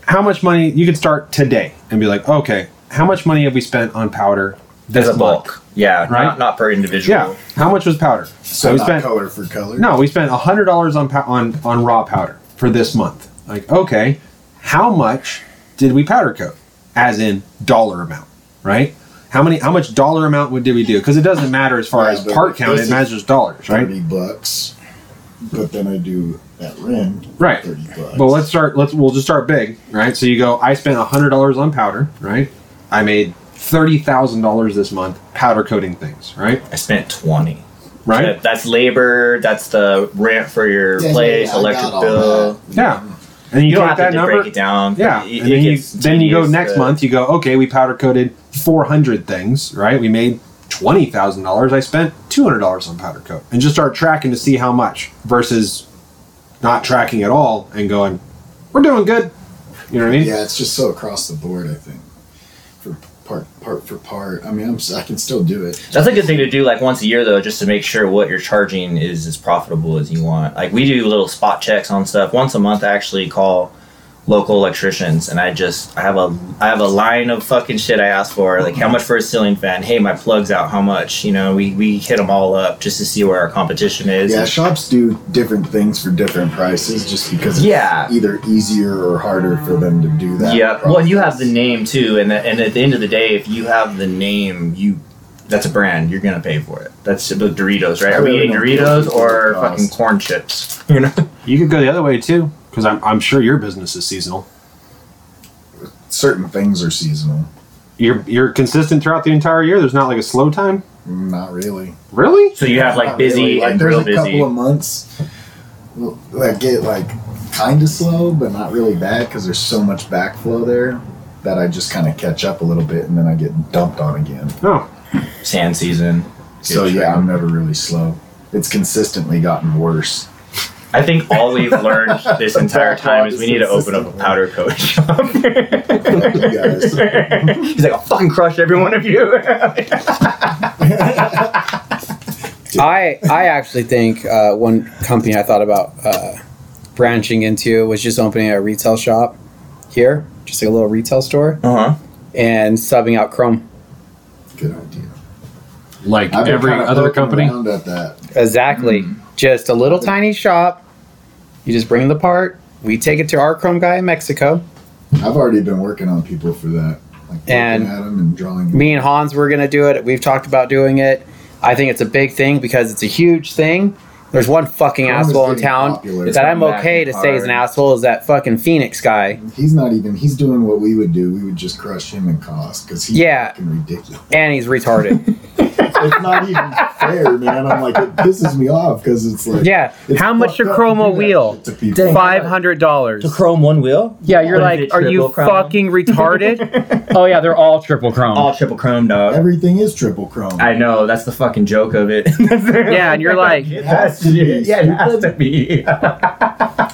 Speaker 1: how much money? You could start today and be like, okay, how much money have we spent on powder this
Speaker 2: As a
Speaker 1: month?
Speaker 2: bulk. Yeah, right?
Speaker 1: Right?
Speaker 2: not, not per individual.
Speaker 1: Yeah, how much was powder?
Speaker 3: So
Speaker 1: we
Speaker 3: not
Speaker 1: spent
Speaker 3: color for color.
Speaker 1: no, we spent hundred dollars on pow- on on raw powder for this month. Like, okay, how much did we powder coat? As in dollar amount, right? How many? How much dollar amount would did we do? Because it doesn't matter as far
Speaker 3: Yeah,
Speaker 1: as
Speaker 3: but
Speaker 1: part count;
Speaker 3: this
Speaker 1: it
Speaker 3: is
Speaker 1: matters dollars, right?
Speaker 3: thirty bucks. But then I do that rim,
Speaker 1: Right.
Speaker 3: Thirty bucks.
Speaker 1: But let's start. Let's we'll just start big, right? So you go. I spent hundred dollars on powder, right? I made thirty thousand dollars this month powder coating things, right?
Speaker 2: I spent twenty.
Speaker 1: Right?
Speaker 2: That's labor. That's the rent for your
Speaker 3: Yeah, yeah,
Speaker 2: place,
Speaker 3: yeah, I
Speaker 2: electric
Speaker 3: got all
Speaker 2: bill.
Speaker 3: that.
Speaker 1: Yeah. And you,
Speaker 2: You
Speaker 1: take
Speaker 2: don't have
Speaker 1: that
Speaker 2: to
Speaker 1: number.
Speaker 2: break it down.
Speaker 1: Yeah,
Speaker 2: It-
Speaker 1: and
Speaker 2: it
Speaker 1: then you
Speaker 2: gets
Speaker 1: then you go
Speaker 2: tedious,
Speaker 1: next
Speaker 2: uh,
Speaker 1: month. You go, okay, we powder coated four hundred things, right? We made twenty thousand dollars. I spent two hundred dollars on powder coat, and just start tracking to see how much versus not tracking at all and going, we're doing good. You know what I mean?
Speaker 3: Yeah, it's just so across the board. I think for part, part for part. I mean, I'm, si can still do it.
Speaker 2: That's a good thing to do, like once a year, though, just to make sure what you're charging is as profitable as you want. Like we do little spot checks on stuff once a month. I actually call local electricians, and I just I have a I have a line of fucking shit I ask for, like how much for a ceiling fan? Hey, my plug's out. How much? You know, we we hit them all up just to see where our competition is.
Speaker 3: Yeah, shops do different things for different prices, just because it's
Speaker 2: Yeah.
Speaker 3: either easier or harder for them to do that.
Speaker 2: Yeah.
Speaker 3: process.
Speaker 2: Well, you have the name too, and and at the end of the day, if you have the name, you That's a brand. You're gonna pay for it. That's about Doritos, right?
Speaker 3: I
Speaker 2: Are we
Speaker 3: really
Speaker 2: eating
Speaker 3: don't care
Speaker 2: Doritos
Speaker 3: what
Speaker 2: or
Speaker 3: it costs.
Speaker 2: fucking corn chips? You know,
Speaker 1: You could go the other way too, because I'm, I'm sure your business is seasonal.
Speaker 3: Certain things are seasonal.
Speaker 1: You're you're consistent throughout the entire year. There's not like a slow time.
Speaker 3: Not really.
Speaker 1: Really?
Speaker 2: so you have like
Speaker 3: Not
Speaker 2: busy
Speaker 3: really. Like,
Speaker 2: and
Speaker 3: there's
Speaker 2: real
Speaker 3: a
Speaker 2: busy.
Speaker 3: couple of months that get like kind of slow, but not really bad because there's so much backflow there that I just kind of catch up a little bit and then I get dumped on again.
Speaker 1: No.
Speaker 2: Sand season.
Speaker 3: so
Speaker 2: Good
Speaker 3: yeah,
Speaker 2: trade.
Speaker 3: I'm never really slow. It's consistently gotten worse.
Speaker 2: I think all we've learned this entire time is we need to open up a powder coat shop.
Speaker 3: You guys.
Speaker 2: He's like, I'll fucking crush every one of you.
Speaker 4: I I actually think uh, one company I thought about uh, branching into was just opening a retail shop here, just like a little retail store,
Speaker 2: uh huh.
Speaker 4: and subbing out Chrome.
Speaker 3: Good idea.
Speaker 1: Like
Speaker 3: I've been
Speaker 1: every
Speaker 3: kinda
Speaker 1: other
Speaker 3: poking
Speaker 1: company.
Speaker 3: around at that.
Speaker 4: Exactly,
Speaker 3: Mm.
Speaker 4: just a little tiny shop. You just bring the part. We take it to our Chrome guy in Mexico.
Speaker 3: I've already been working on people for that, like looking
Speaker 4: And
Speaker 3: at 'em and drawing.
Speaker 4: me and Hans were gonna do it. We've talked about doing it. I think it's a big thing because it's a huge thing. There's one fucking
Speaker 3: Chrome is
Speaker 4: asshole in
Speaker 3: getting
Speaker 4: town
Speaker 3: popular. It's
Speaker 4: that I'm
Speaker 2: come back
Speaker 4: okay to say is an
Speaker 2: hard.
Speaker 4: asshole is that fucking Phoenix guy.
Speaker 3: He's not even. He's doing what we would do. We would just crush him in cost because he's
Speaker 4: Yeah.
Speaker 3: fucking ridiculous.
Speaker 4: And he's retarded.
Speaker 3: it's not even fair, man. I'm like, it pisses me off because it's like,
Speaker 4: yeah.
Speaker 3: It's
Speaker 4: How much
Speaker 3: fucked
Speaker 4: your
Speaker 3: up to do
Speaker 4: Chroma
Speaker 3: that
Speaker 4: wheel?
Speaker 3: shit to people.
Speaker 4: Five hundred dollars.
Speaker 2: chrome one wheel?
Speaker 4: Yeah, you're
Speaker 2: What
Speaker 4: like,
Speaker 2: is it,
Speaker 4: are you
Speaker 2: triple chrome?
Speaker 4: fucking retarded? oh yeah, they're all triple chrome.
Speaker 2: All triple chrome, dog.
Speaker 3: Everything is triple chrome.
Speaker 2: Oh, I know that's the fucking joke of it.
Speaker 4: Yeah, and you're like-
Speaker 2: it has to be. Yeah, it has to be.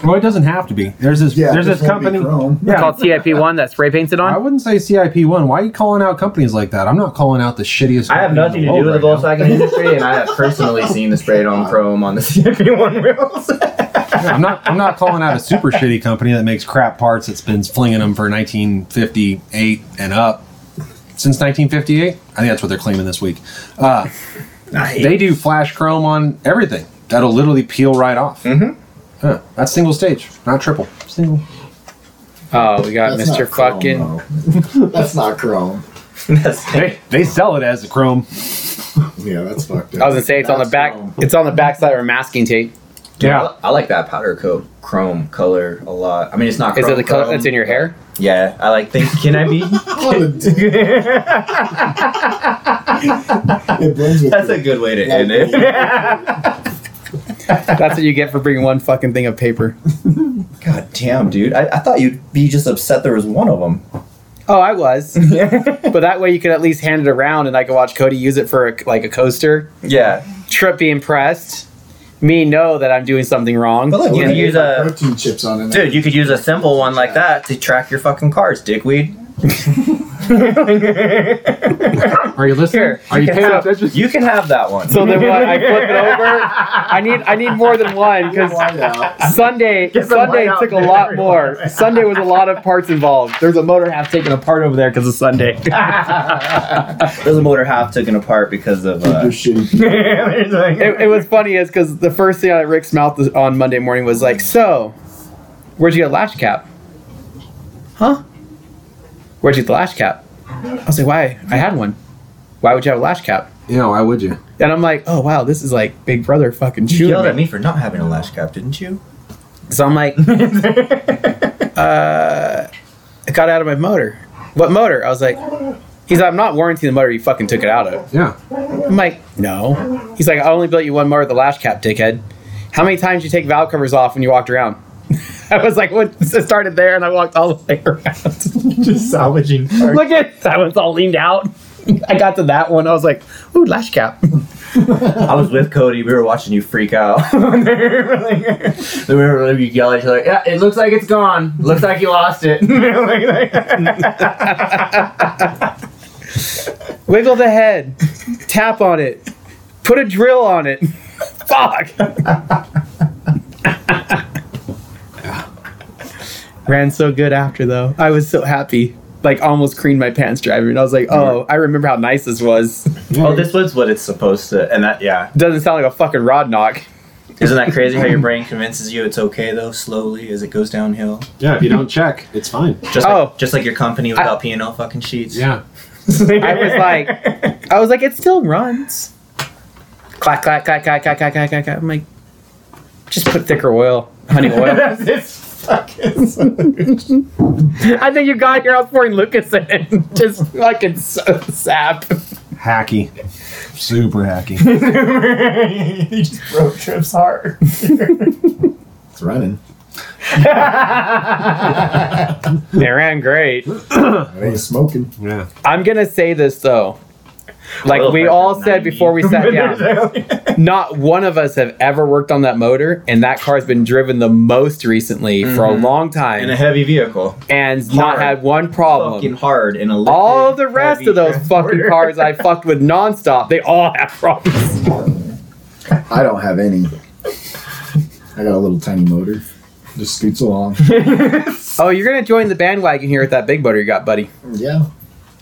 Speaker 1: Well, it doesn't have to be. There's this.
Speaker 3: yeah,
Speaker 1: there's
Speaker 3: it
Speaker 1: this
Speaker 3: won't be
Speaker 1: company.
Speaker 3: Chrome.
Speaker 1: Yeah.
Speaker 4: Called CIP one that spray painted
Speaker 1: I
Speaker 4: on.
Speaker 1: wouldn't say CIP one. Why are you calling out companies like that? I'm not calling out the shittiest.
Speaker 2: I have
Speaker 1: company
Speaker 2: nothing to
Speaker 1: in
Speaker 2: do with the
Speaker 1: world right now.
Speaker 2: Volkswagen industry, and I have personally seen the sprayed on chrome on the CFP one wheels.
Speaker 1: I'm not. I'm not calling out a super shitty company that makes crap parts that's been flinging them for 1958 and up since 1958. I think that's what they're claiming this week. Uh, they do flash chrome on everything. That'll literally peel right off.
Speaker 2: Mhm.
Speaker 1: Huh, that's single stage, not triple. Single.
Speaker 4: Oh, we got
Speaker 3: That's
Speaker 4: Mr.
Speaker 3: not Chrome,
Speaker 4: Fucking.
Speaker 3: though. that's not chrome.
Speaker 2: That's-
Speaker 1: They they sell it as the chrome.
Speaker 3: Yeah, that's fucked up.
Speaker 4: I was gonna say it's on the
Speaker 3: That's
Speaker 4: back.
Speaker 3: Chrome.
Speaker 4: It's on the back side of a masking tape.
Speaker 1: Yeah.
Speaker 2: I like that powder coat chrome color a lot. I mean, it's not.
Speaker 4: Is
Speaker 2: chrome,
Speaker 4: it the color
Speaker 2: chrome.
Speaker 4: that's in your hair?
Speaker 2: Yeah, I like. Think can I be?
Speaker 3: What a dick. It blends with
Speaker 2: that's
Speaker 3: your-
Speaker 2: a good way to end it.
Speaker 4: That's what you get for bringing one fucking thing of paper.
Speaker 2: God damn, dude! I, I thought you'd be just upset there was one of them.
Speaker 4: Oh, I was.
Speaker 2: yeah.
Speaker 4: But that way you could at least hand it around and I could watch Cody use it for a, like a coaster. Trip be impressed. Me know that I'm doing something wrong.
Speaker 2: But look,
Speaker 3: I
Speaker 2: you can
Speaker 3: would
Speaker 4: And-
Speaker 2: use
Speaker 3: put
Speaker 2: a-
Speaker 3: protein chips on it.
Speaker 2: Dude, you could use a simple one like that to track your fucking cars, dickweed.
Speaker 1: Are you listening?
Speaker 2: Here,
Speaker 1: Are you
Speaker 2: you can
Speaker 1: paying
Speaker 2: have-
Speaker 1: attention?
Speaker 2: you can have that one.
Speaker 4: so then what? I flip it over. I need I need more than one because
Speaker 3: Why not?
Speaker 4: Sunday
Speaker 2: Get some
Speaker 4: Sunday
Speaker 2: white out
Speaker 4: took a
Speaker 2: there,
Speaker 4: lot
Speaker 2: everyone.
Speaker 4: more. Sunday was a lot of parts involved. There's a motor half taken apart over there because of Sunday.
Speaker 2: There's a motor half taken apart because of.
Speaker 3: Keep
Speaker 2: Uh,
Speaker 3: your shitty.
Speaker 4: it, it was funny is because the first thing out of Rick's mouth is- on Monday morning was like, "So, where'd you get a lash cap? Huh? Where'd you get the lash cap?" I was like, "Why? I had one. Why would you have a lash cap?"
Speaker 1: Yeah. Why would you?
Speaker 4: And I'm like, "Oh wow, this is like Big Brother fucking
Speaker 2: you
Speaker 4: shooting
Speaker 2: yelled at
Speaker 4: me."
Speaker 2: me for not having a lash cap, didn't you?
Speaker 4: So I'm like, "Uh, I got it out of my motor. What motor?" I was like. He's like, I'm not warranting the motor you fucking took it out of.
Speaker 1: Yeah.
Speaker 4: I'm like, no. He's like, I only built you one motor with the lash cap, dickhead. How many times did you take valve covers off when you walked around? I was like, what? so it started there and I walked all the way around.
Speaker 2: Just salvaging.
Speaker 4: Look at that one's all leaned out. I got to that one. I was like, ooh, lash cap.
Speaker 2: I was with Cody. We were watching you freak out. Then we were like, you yell at each other. Yeah, it looks like it's gone. Looks like you lost it.
Speaker 4: Wiggle the head. Tap on it. Put a drill on it. Fuck. Ran so good after though. I was so happy. Like almost creamed my pants driving. I was like, oh, I remember how nice this was.
Speaker 2: oh, this was what it's supposed to. And that, yeah.
Speaker 4: Doesn't sound like a fucking rod knock.
Speaker 2: Isn't that crazy how your brain convinces you it's okay though, slowly as it goes downhill?
Speaker 1: Yeah. If you don't check, it's fine.
Speaker 2: Just
Speaker 4: Oh.
Speaker 2: like, just like your company without P and L fucking sheets.
Speaker 1: Yeah.
Speaker 4: I was like, I was like, it still runs. Clack, clack, clack, clack, clack, clack, clack, clack. clack. I'm like, just put thicker oil, honey oil.
Speaker 3: this fucking solution.
Speaker 4: I think you got your outpouring Lucas in. Just fucking so sap.
Speaker 1: Hacky. Super hacky.
Speaker 5: he just road trips hard.
Speaker 3: It's running.
Speaker 4: They ran great.
Speaker 3: I ain't smoking.
Speaker 1: Yeah.
Speaker 4: I'm gonna say this though. Like
Speaker 2: Oil
Speaker 4: we
Speaker 2: pressure
Speaker 4: all
Speaker 2: 90.
Speaker 4: said before we sat down, not one of us have ever worked on that motor, and that car's been driven the most recently for a
Speaker 2: Mhm.
Speaker 4: long
Speaker 2: in a
Speaker 4: time
Speaker 2: heavy vehicle.
Speaker 4: and not
Speaker 2: hard.
Speaker 4: had one
Speaker 2: Fucking
Speaker 4: problem.
Speaker 2: hard in a liquid,
Speaker 4: All the rest
Speaker 2: heavy
Speaker 4: of those fucking
Speaker 2: transporter.
Speaker 4: cars I fucked with nonstop, they all have problems.
Speaker 3: I don't have any. I got a little tiny motor. Just scoots along.
Speaker 4: Oh, you're gonna join the bandwagon here with that big motor you got, buddy.
Speaker 3: yeah.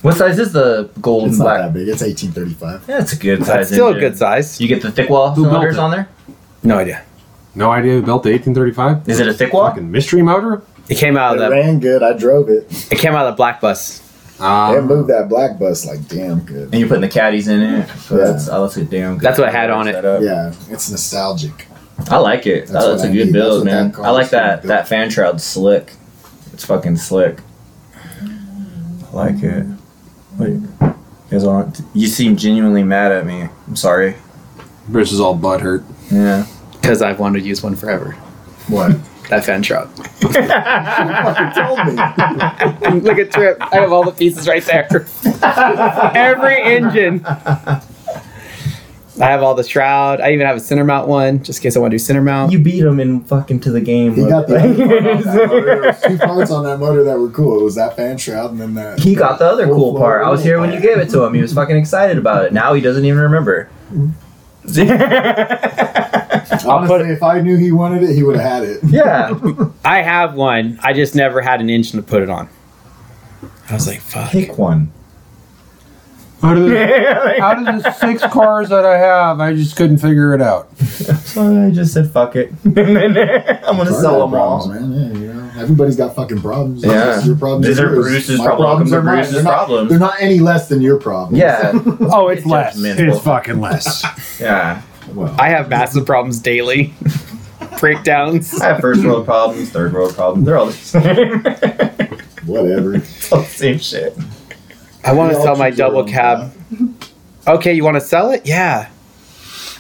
Speaker 2: What size is the gold
Speaker 3: It's
Speaker 2: and
Speaker 3: not
Speaker 2: black?
Speaker 3: that big. It's 1835.
Speaker 2: That's a good size.
Speaker 4: That's still a
Speaker 2: engine.
Speaker 4: good size.
Speaker 2: You get the thick wall
Speaker 1: Who built
Speaker 2: cylinders
Speaker 1: it?
Speaker 2: on there.
Speaker 4: No idea.
Speaker 1: No idea who built the 1835?
Speaker 2: Is it a thick wall?
Speaker 1: Fucking mystery motor?
Speaker 4: It came out of
Speaker 3: It
Speaker 4: the
Speaker 3: ran good. I drove it.
Speaker 4: it came out of the black bus.
Speaker 2: Uh-huh.
Speaker 1: Ah.
Speaker 3: They moved that black bus like damn good.
Speaker 2: And you're putting the caddies in it. So
Speaker 3: Yeah.
Speaker 2: that's oh, that's a damn. Good
Speaker 4: That's what I had on it.
Speaker 2: setup.
Speaker 3: Yeah, it's nostalgic.
Speaker 2: I like it.
Speaker 3: That's
Speaker 2: oh, that's
Speaker 3: what
Speaker 2: a
Speaker 3: I
Speaker 2: good
Speaker 3: need. That's
Speaker 2: build,
Speaker 3: what
Speaker 2: man.
Speaker 3: that car
Speaker 2: I like
Speaker 3: should be
Speaker 2: that.
Speaker 3: built.
Speaker 2: That fan shroud's slick. It's fucking slick. I like it. Wait, you guys want? You seem genuinely mad at me. I'm sorry.
Speaker 1: Bruce is all butthurt.
Speaker 2: Yeah.
Speaker 4: Because I've wanted to use one forever.
Speaker 3: What?
Speaker 4: That fan shroud.
Speaker 3: you told me.
Speaker 4: Look at Trip. I have all the pieces right there. Every engine. I have all the shroud. I even have a center mount one, just in case I want to do center mount.
Speaker 2: You beat him in fucking to the game.
Speaker 3: He got the
Speaker 2: brother.
Speaker 3: other part on that motor. There was two parts on that motor that were cool. It was that fan shroud and then that.
Speaker 2: He got the other cool
Speaker 3: Full
Speaker 2: part. I was
Speaker 3: floor.
Speaker 2: here when you gave it to him. He was fucking excited about it. Now he doesn't even remember.
Speaker 4: I'll put-
Speaker 3: Honestly, if I knew he wanted it, he would have had it.
Speaker 2: Yeah.
Speaker 4: I have one. I just never had an engine to put it on. I was like, fuck.
Speaker 2: Pick one.
Speaker 1: Out of, the, out of the six cars that I have, I just couldn't figure it out.
Speaker 2: So I just said fuck it. and then I'm gonna
Speaker 3: Everybody
Speaker 2: sell
Speaker 3: got
Speaker 2: them all.
Speaker 3: problems, man. Yeah, you know, everybody's got fucking problems.
Speaker 2: Yeah.
Speaker 3: It's your problems.
Speaker 2: These
Speaker 3: are
Speaker 2: are
Speaker 3: yours.
Speaker 2: Bruce's
Speaker 3: My
Speaker 2: problems.
Speaker 3: problems
Speaker 2: They're
Speaker 3: are mine.
Speaker 2: Bruce's
Speaker 3: They're not-
Speaker 2: problems.
Speaker 3: They're not any less than your problems.
Speaker 2: Yeah.
Speaker 1: Oh, it's less.
Speaker 2: judgmental.
Speaker 1: It's fucking less.
Speaker 2: Yeah.
Speaker 3: Well,
Speaker 4: I have massive problems daily. Breakdowns.
Speaker 2: I have first world problems, third world problems. They're all the same.
Speaker 3: whatever.
Speaker 2: It's all the same shit.
Speaker 4: I want
Speaker 3: We
Speaker 4: to
Speaker 3: all
Speaker 4: sell my
Speaker 3: choose our
Speaker 4: double
Speaker 3: own
Speaker 4: cab. Okay, you want to sell it? Yeah.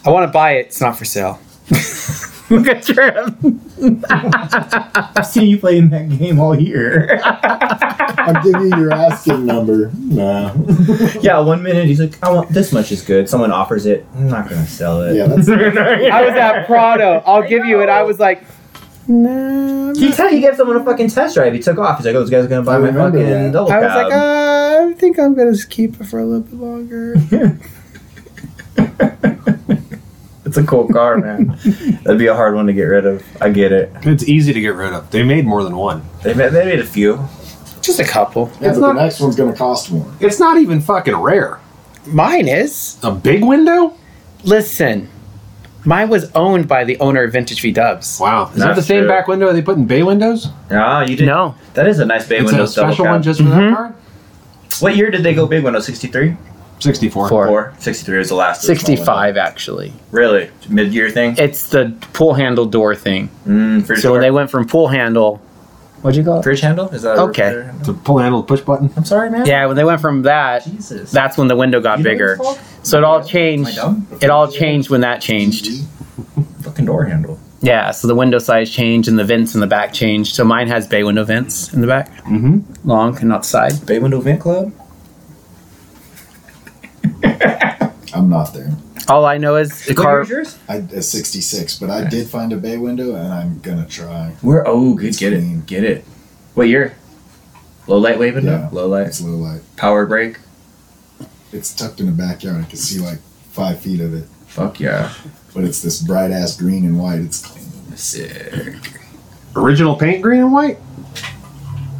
Speaker 4: I want to buy it. It's not for sale. Look at Trip.
Speaker 2: I've seen you playing that game all year.
Speaker 3: I'm giving you your asking number. Nah.
Speaker 2: yeah, one minute he's like, I want this much is good. Someone offers it. I'm not gonna sell it.
Speaker 3: Yeah, that's
Speaker 4: I was at Prado. I'll give you it. I was like, no.
Speaker 2: He, t- he gave someone a fucking test drive. He took off. He's like, oh, this guy's gonna buy
Speaker 3: I
Speaker 2: my
Speaker 3: remember
Speaker 2: fucking
Speaker 3: that.
Speaker 2: double
Speaker 4: I was
Speaker 2: cab.
Speaker 4: like, uh, I think I'm gonna just keep it for a little bit longer. uh,
Speaker 2: It's a cool car, man. That'd be a hard one to get rid of. I get it.
Speaker 1: It's easy to get rid of. They made more than one.
Speaker 2: They made, they made a few.
Speaker 4: Just a couple.
Speaker 3: yeah, but
Speaker 1: not-
Speaker 3: the next one's gonna cost more.
Speaker 1: It's not even fucking rare.
Speaker 4: Mine is.
Speaker 1: A big window?
Speaker 4: Listen, mine was owned by the owner of Vintage V Dubs.
Speaker 1: Wow. Is that
Speaker 2: That's
Speaker 1: the same
Speaker 2: true.
Speaker 1: back window they put in bay windows?
Speaker 2: Ah, you did.
Speaker 4: No,
Speaker 2: That is a nice big
Speaker 1: It's
Speaker 2: window
Speaker 1: a
Speaker 2: double
Speaker 1: special
Speaker 2: cab.
Speaker 1: one just for
Speaker 4: Mm-hmm.
Speaker 1: that car?
Speaker 2: what year did they go big window? 63?
Speaker 1: 64.
Speaker 4: Four.
Speaker 2: Four. 63 was the last. of the small window.
Speaker 4: 65 actually.
Speaker 2: Really? Mid year thing?
Speaker 4: It's the pull handle door thing.
Speaker 2: Mm, fridge,
Speaker 4: So
Speaker 2: door.
Speaker 4: when they went from pull handle, what'd you call it?
Speaker 2: fridge handle? Is that a
Speaker 4: Okay.
Speaker 2: refrigerator handle?
Speaker 1: It's a pull handle push button.
Speaker 2: I'm sorry, man.
Speaker 4: Yeah, when they went from that,
Speaker 2: Jesus.
Speaker 4: that's when the window got
Speaker 2: You know what
Speaker 4: bigger.
Speaker 2: it's called?
Speaker 4: So it all
Speaker 2: Am I
Speaker 4: changed.
Speaker 2: dumb?
Speaker 4: It all changed when that changed.
Speaker 2: Fucking door handle.
Speaker 4: Yeah, so the window size changed and the vents in the back changed. So mine has bay window vents in the back,
Speaker 1: Mm-hmm.
Speaker 4: long and not side.
Speaker 2: Bay window vent club?
Speaker 3: I'm not there.
Speaker 4: All I know is the
Speaker 2: What year
Speaker 4: car.
Speaker 2: was yours?
Speaker 3: I a 66, but I did find a bay window, and I'm gonna try.
Speaker 2: We're, oh, good. Get
Speaker 3: clean.
Speaker 2: it. Get it. What year? Low light way window?
Speaker 3: Yeah.
Speaker 2: Low light.
Speaker 3: It's low light.
Speaker 2: Power brake?
Speaker 3: It's tucked in the backyard. I can see like five feet of it,
Speaker 2: Fuck yeah.
Speaker 3: but it's this bright ass green and white. It's clean.
Speaker 2: Sick.
Speaker 1: Original paint green and white?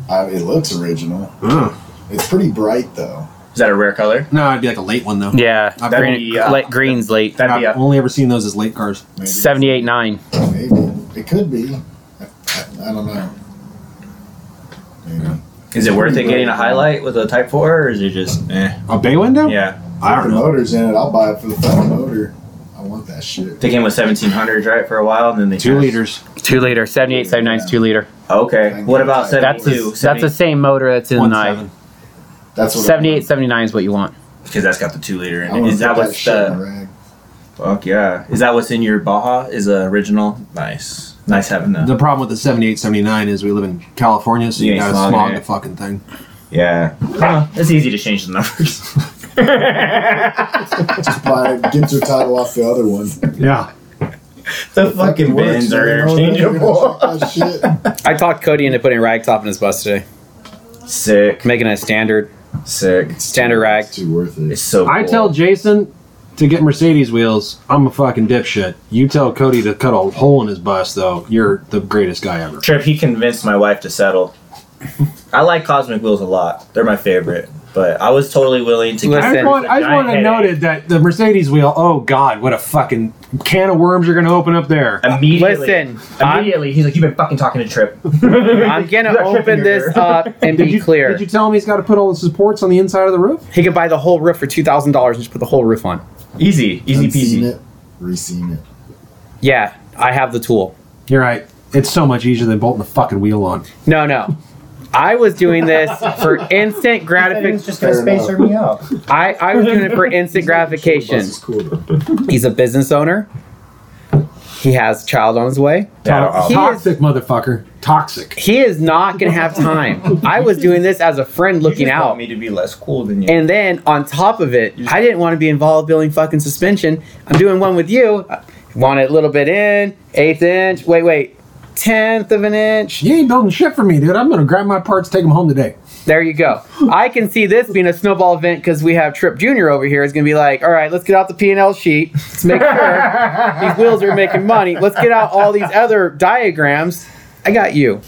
Speaker 3: I, it looks original.
Speaker 1: Ugh.
Speaker 3: It's pretty bright though.
Speaker 2: Is that a rare color?
Speaker 1: No, it'd be like a late one, though.
Speaker 4: Yeah,
Speaker 1: That'd
Speaker 4: green,
Speaker 2: be, uh,
Speaker 4: like green's late.
Speaker 2: That'd
Speaker 1: I've
Speaker 2: be a
Speaker 1: only ever seen those as late cars.
Speaker 3: Maybe.
Speaker 4: Seventy-eight nine.
Speaker 3: Maybe it could be. I, I, I don't know. Maybe.
Speaker 2: Is it worth it getting a highlight with a Type 4 or is it just eh?
Speaker 1: A bay window?
Speaker 2: Yeah.
Speaker 1: I don't
Speaker 3: the
Speaker 1: know.
Speaker 3: motor's in it. I'll buy it for the fucking motor. I want that shit.
Speaker 2: They came with 1700s, right, for a while, and then they
Speaker 1: Two
Speaker 2: kinda-
Speaker 1: liters.
Speaker 4: Two liter, seventy eight, seventy nine is two liter.
Speaker 2: Okay, what about
Speaker 4: That's the
Speaker 2: 72?
Speaker 4: that's the same motor that's in
Speaker 1: One
Speaker 4: the
Speaker 1: seven.
Speaker 3: That's what I
Speaker 4: seventy eight,
Speaker 3: want.
Speaker 4: seventy nine is what you want.
Speaker 2: because that's got the two liter
Speaker 3: I
Speaker 2: in it.
Speaker 3: want
Speaker 2: Is that
Speaker 3: that, that
Speaker 2: what's
Speaker 3: shit in
Speaker 2: the
Speaker 3: the rag.
Speaker 2: fuck? Yeah, is that what's in your Baja? Is the original nice? Nice having that.
Speaker 1: The problem with the 78, 79 is we live in California, so
Speaker 2: You
Speaker 1: you
Speaker 2: ain't
Speaker 1: gotta
Speaker 2: slogging
Speaker 1: smog
Speaker 2: it.
Speaker 1: the fucking thing.
Speaker 2: Yeah, Huh, it's easy to change the numbers.
Speaker 3: Just buy get your title off the other one.
Speaker 1: Yeah.
Speaker 2: the fucking bins are interchangeable.
Speaker 3: That shit.
Speaker 4: I talked Cody into putting rag top in his bus today,
Speaker 2: Sick,
Speaker 4: making it a standard
Speaker 2: sick.
Speaker 4: standard rag.
Speaker 3: It's too worth
Speaker 2: It's
Speaker 3: it.
Speaker 2: so.
Speaker 1: I
Speaker 2: cool.
Speaker 1: tell Jason to get Mercedes wheels. I'm a fucking dipshit. You tell Cody to cut a hole in his bus, though. You're the greatest guy ever.
Speaker 2: Trip, he convinced my wife to settle. I like Cosmic Wheels a lot. They're my favorite. But I was totally willing to
Speaker 4: Listen,
Speaker 1: I just want, I just want to
Speaker 2: Giant
Speaker 1: note
Speaker 2: headache.
Speaker 1: it that the Mercedes wheel. Oh God, what a fucking can of worms you're gonna open up there.
Speaker 2: immediately.
Speaker 4: Listen, I'm,
Speaker 2: Immediately, he's like, "You've been fucking talking to Trip."
Speaker 4: I'm gonna open this up and
Speaker 1: Did
Speaker 4: be
Speaker 1: you,
Speaker 4: clear.
Speaker 1: Did you tell him he's got to put all the supports on the inside of the roof?
Speaker 4: He could buy the whole roof for two thousand dollars and just put the whole roof on.
Speaker 2: Easy, easy peasy.
Speaker 3: Unseen it, reseen it.
Speaker 4: Yeah, I have the tool.
Speaker 1: You're right. It's so much easier than bolting the fucking wheel on.
Speaker 4: No, no. I was doing this for instant
Speaker 2: It's
Speaker 4: gratification.
Speaker 2: just gonna
Speaker 3: Fair
Speaker 2: space
Speaker 3: enough.
Speaker 2: her me out.
Speaker 4: I, I was doing it for instant gratification.
Speaker 3: Bus is cool though.
Speaker 4: He's a business owner. He has a child on his way.
Speaker 1: Toxic,
Speaker 4: He
Speaker 1: toxic motherfucker. Toxic.
Speaker 4: He is not gonna have time. I was doing this as a friend looking out.
Speaker 2: me to be less cool than you.
Speaker 4: And then on top of it, I didn't want to be involved building fucking suspension. I'm doing one with you. I want it a little bit in, eighth inch. Wait, wait, tenth of an inch.
Speaker 1: You ain't building shit for me, dude. I'm gonna grab my parts, take them home today.
Speaker 4: There you go. I can see this being a snowball event because we have Trip Junior over here is going to be like, all right, let's get out the P and L sheet. Let's make sure these wheels are making money. Let's get out all these other diagrams. I got you.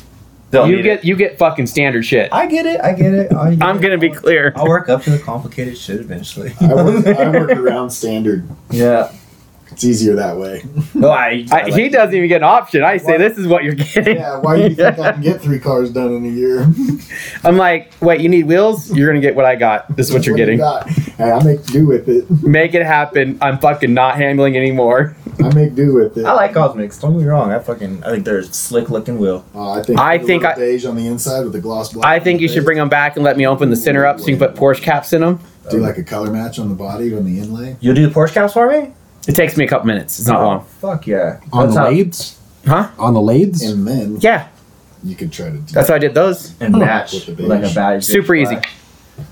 Speaker 2: They'll
Speaker 4: you
Speaker 2: need
Speaker 4: get
Speaker 2: it.
Speaker 4: you get fucking standard shit.
Speaker 2: I get it. I get it. I
Speaker 4: I'm gonna be clear.
Speaker 2: I'll work up to the complicated shit eventually.
Speaker 3: I work, I work around standard.
Speaker 2: yeah.
Speaker 3: It's easier that way.
Speaker 2: No, I.
Speaker 4: I, he doesn't even get an option. I say this is what you're getting.
Speaker 3: Yeah, why do you think I can get three cars done in a year?
Speaker 4: I'm like, wait, you need wheels? You're gonna get what I got. This is what you're
Speaker 3: do you
Speaker 4: getting.
Speaker 3: got? Hey, I make do with it.
Speaker 4: Make it happen. I'm fucking not handling anymore.
Speaker 3: I make do with it.
Speaker 2: I like Cosmics. Don't get me wrong. I fucking. I think they're a slick looking wheel.
Speaker 3: Oh, I think
Speaker 4: I
Speaker 3: the
Speaker 4: think
Speaker 3: little
Speaker 4: I-
Speaker 3: beige on the inside with the gloss black.
Speaker 4: I think you should bring them back and let me open the center up so you can put Porsche caps in them.
Speaker 3: do like a color match on the body on the inlay.
Speaker 2: You'll do the Porsche caps for me?
Speaker 4: It takes me a couple minutes. It's
Speaker 2: Uh-huh.
Speaker 4: not long.
Speaker 2: Fuck yeah.
Speaker 1: On
Speaker 2: That's
Speaker 1: the
Speaker 2: how-
Speaker 1: lathes?
Speaker 4: Huh?
Speaker 1: On the lathes?
Speaker 3: And then
Speaker 4: Yeah,
Speaker 3: you could try to do
Speaker 4: that's how I did those.
Speaker 2: and match
Speaker 3: With the
Speaker 2: like a
Speaker 3: beige.
Speaker 2: badge.
Speaker 4: Super easy.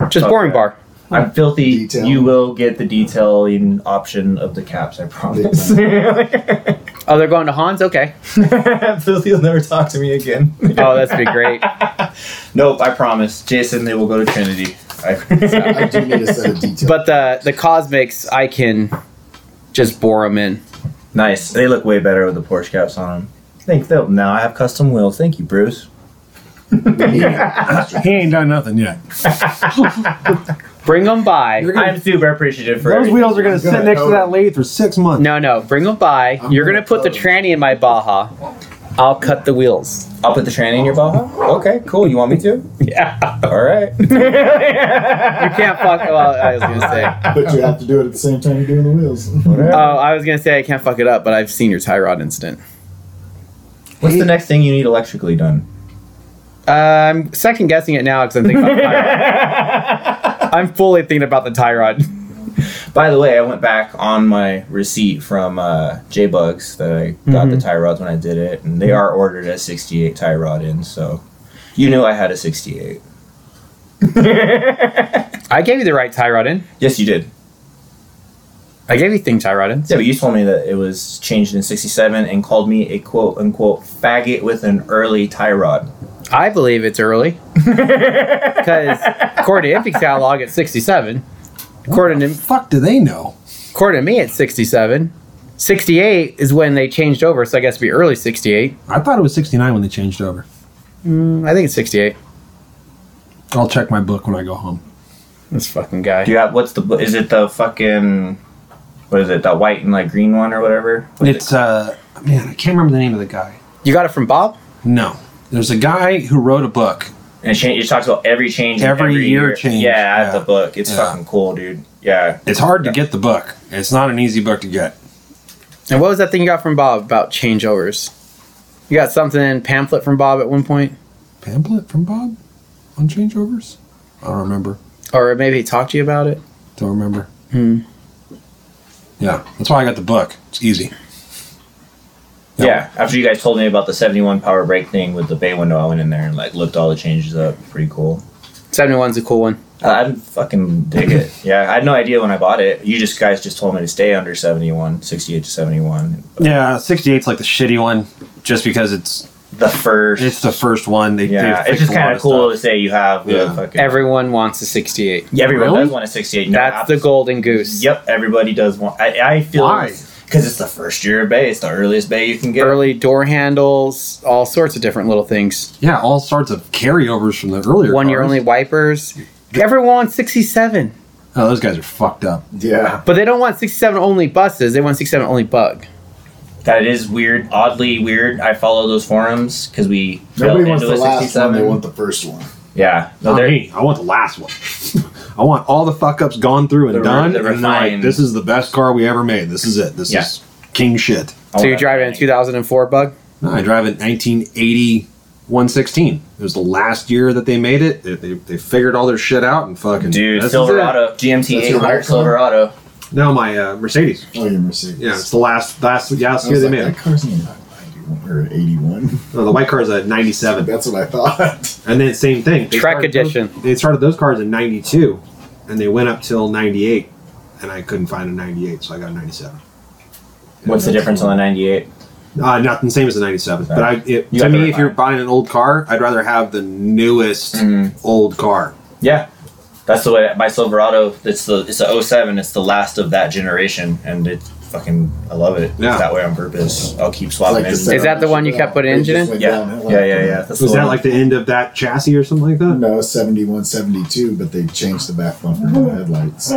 Speaker 4: Just
Speaker 2: Fuck
Speaker 4: boring
Speaker 2: yeah.
Speaker 4: bar.
Speaker 2: I'm filthy.
Speaker 3: Detail.
Speaker 2: You will get the detailing option of the caps. I promise.
Speaker 4: Oh, they're going to Hans? Okay.
Speaker 2: filthy will never talk to me again.
Speaker 4: Oh, that's be great.
Speaker 2: Nope, I promise, Jason. They will go to Trinity. I,
Speaker 3: I do need a set of details.
Speaker 4: But the the Cosmics, I can just bore them in.
Speaker 2: nice. They look way better with the Porsche caps on them. I think they'll now. I have custom wheels. Thank you, Bruce.
Speaker 1: He ain't done nothing yet.
Speaker 4: Bring them by.
Speaker 1: You're gonna-
Speaker 2: I'm super appreciative for
Speaker 1: Those
Speaker 2: everything.
Speaker 1: wheels are gonna sit
Speaker 3: gonna
Speaker 1: next to
Speaker 3: coat
Speaker 1: that
Speaker 3: it.
Speaker 1: lathe for six months.
Speaker 4: No, no, bring them by.
Speaker 3: I'm
Speaker 4: You're
Speaker 3: gonna
Speaker 4: gonna put the
Speaker 3: close.
Speaker 4: tranny in my Baja. I'll cut the wheels.
Speaker 2: I'll put the tranny in your Baja. Okay, cool. You want me to?
Speaker 4: Yeah.
Speaker 2: All right.
Speaker 4: You can't fuck. Well, I was gonna say.
Speaker 3: But you have to do it at the same time you're doing the wheels.
Speaker 4: Oh, I was gonna say I can't fuck it up, but I've seen your tie rod incident.
Speaker 2: What's the next thing you need electrically done?
Speaker 4: Uh, I'm second guessing it now because I'm thinking about the tie rod. I'm fully thinking about the tie rod.
Speaker 2: By the way, I went back on my receipt from uh, J Bugs that I got the tie rods when I did it, and they are ordered a 68 tie rod in. So, you knew I had a 68.
Speaker 4: I gave you the right tie rod in.
Speaker 2: Yes, you did.
Speaker 4: I gave you thing tie rod in.
Speaker 2: Yeah, but you told me that it was changed in 67 and called me a quote unquote faggot with an early tie rod.
Speaker 4: I believe it's early. Because according to Impy catalog, it's 67. According to,
Speaker 1: Fuck, do they know?
Speaker 4: according to me, it's 67. 68 is when they changed over, so I guess it'd be early 68.
Speaker 1: I thought it was 69 when they changed over.
Speaker 4: Mm, I think it's 68.
Speaker 1: I'll check my book when I go home.
Speaker 4: This fucking guy.
Speaker 2: Do you have what's the is it the fucking what is it that white and like green one or whatever?
Speaker 1: It's uh man, I can't remember the name of the guy.
Speaker 4: You got it from Bob?
Speaker 1: No. There's a guy who wrote a book.
Speaker 2: And it, change, it talks about every change. in
Speaker 1: Every year change,
Speaker 2: Yeah, I have
Speaker 1: yeah.
Speaker 2: the book. It's
Speaker 1: Yeah.
Speaker 2: fucking cool, dude. Yeah.
Speaker 1: It's hard to get the book. It's not an easy book to get.
Speaker 4: And what was that thing you got from Bob about changeovers? You got something pamphlet from Bob at one point,
Speaker 1: Pamphlet from Bob on changeovers? I don't remember.
Speaker 4: or maybe he talked to you about it.
Speaker 1: Don't remember. Hmm. Yeah, that's why I got the book. It's easy.
Speaker 2: yeah, After you guys told me about the seventy-one power brake thing with the bay window, I went in there and like looked all the changes up. Pretty cool.
Speaker 4: 71's a cool one.
Speaker 2: I I fucking dig it. Yeah, I had no idea when I bought it. You just guys just told me to stay under 71, 68 to 71.
Speaker 1: Yeah, 68's like the shitty one, just because it's
Speaker 2: The first.
Speaker 1: it's the first one. They,
Speaker 2: yeah,
Speaker 1: they
Speaker 2: it's just kind of cool to
Speaker 1: Stuff.
Speaker 2: say you have the
Speaker 1: Yeah.
Speaker 2: fucking.
Speaker 4: Everyone wants a 68.
Speaker 2: Yeah, everyone
Speaker 1: Really?
Speaker 2: does want a 68. No,
Speaker 4: That's the
Speaker 2: abs-
Speaker 4: golden goose.
Speaker 2: Yep, everybody does want. I, I feel.
Speaker 1: Why?
Speaker 2: Because it's the first year of bay. It's the earliest bay you can get.
Speaker 4: Early door handles, all sorts of different little things.
Speaker 1: Yeah, all sorts of carryovers from the earlier
Speaker 4: One year
Speaker 1: cars.
Speaker 4: only wipers. Everyone wants 67,
Speaker 1: Oh, those guys are fucked up.
Speaker 3: Yeah.
Speaker 4: but they don't want 67 only buses. They want 67 only bug.
Speaker 2: That is weird. Oddly weird. I follow those forums because we.
Speaker 3: Nobody
Speaker 2: built
Speaker 3: wants the
Speaker 2: into a
Speaker 3: last one. They
Speaker 2: 67.
Speaker 3: want the first one.
Speaker 2: Yeah. No,
Speaker 1: Not
Speaker 2: they're-
Speaker 1: me. I want the last one. I want all the fuck ups gone through and
Speaker 2: The re-
Speaker 1: done.
Speaker 2: the
Speaker 1: and they're like,
Speaker 2: refined-
Speaker 1: this is the best car we ever made. This is it. This
Speaker 2: Yeah.
Speaker 1: is king shit.
Speaker 4: So you're driving a 2004 bug?
Speaker 1: No, I drive a 1980 116. It was the last year that they made it. They, they, they figured all their shit out and fucking.
Speaker 2: Dude,
Speaker 1: this is it.
Speaker 2: Silverado. GMT
Speaker 3: That's your
Speaker 2: 800
Speaker 3: white car?
Speaker 2: Silverado.
Speaker 1: No, my uh, Mercedes.
Speaker 3: Oh, your Mercedes.
Speaker 1: Yeah, it's the last last last
Speaker 3: I
Speaker 1: year
Speaker 3: was
Speaker 1: they
Speaker 3: like,
Speaker 1: made it.
Speaker 3: that car's not 91 or 81.
Speaker 1: No, the white car is a 97.
Speaker 3: That's what I thought.
Speaker 1: And then same thing. They
Speaker 4: Trek
Speaker 1: started
Speaker 4: edition.
Speaker 1: those- they started those cars in 92 and they went up till 98 and I couldn't find a 98 so I got a 97.
Speaker 2: What's the difference on the 98?
Speaker 1: Uh, not the same as the 97. But I, it,
Speaker 2: You
Speaker 1: to
Speaker 2: got the
Speaker 1: me, if you're
Speaker 2: refined.
Speaker 1: buying an old car, I'd rather have the newest
Speaker 2: Mhm.
Speaker 1: old car.
Speaker 2: Yeah. That's the way my Silverado. It's the it's a 07. It's the last of that generation, and it's fucking. I love it.
Speaker 1: Yeah.
Speaker 2: It's that way on purpose. I'll keep swapping
Speaker 3: Like
Speaker 2: it.
Speaker 3: second
Speaker 4: Is that the one you
Speaker 3: shit
Speaker 4: kept
Speaker 3: out.
Speaker 4: putting
Speaker 3: It
Speaker 4: engine
Speaker 3: just
Speaker 4: in?
Speaker 3: went
Speaker 2: yeah.
Speaker 3: downhill
Speaker 2: yeah,
Speaker 3: after
Speaker 2: yeah, yeah. That's
Speaker 1: Was
Speaker 2: the
Speaker 1: that
Speaker 2: one.
Speaker 1: like the end of that chassis or something like that?
Speaker 3: No, 71, 72, but they changed the back bumper and the headlights.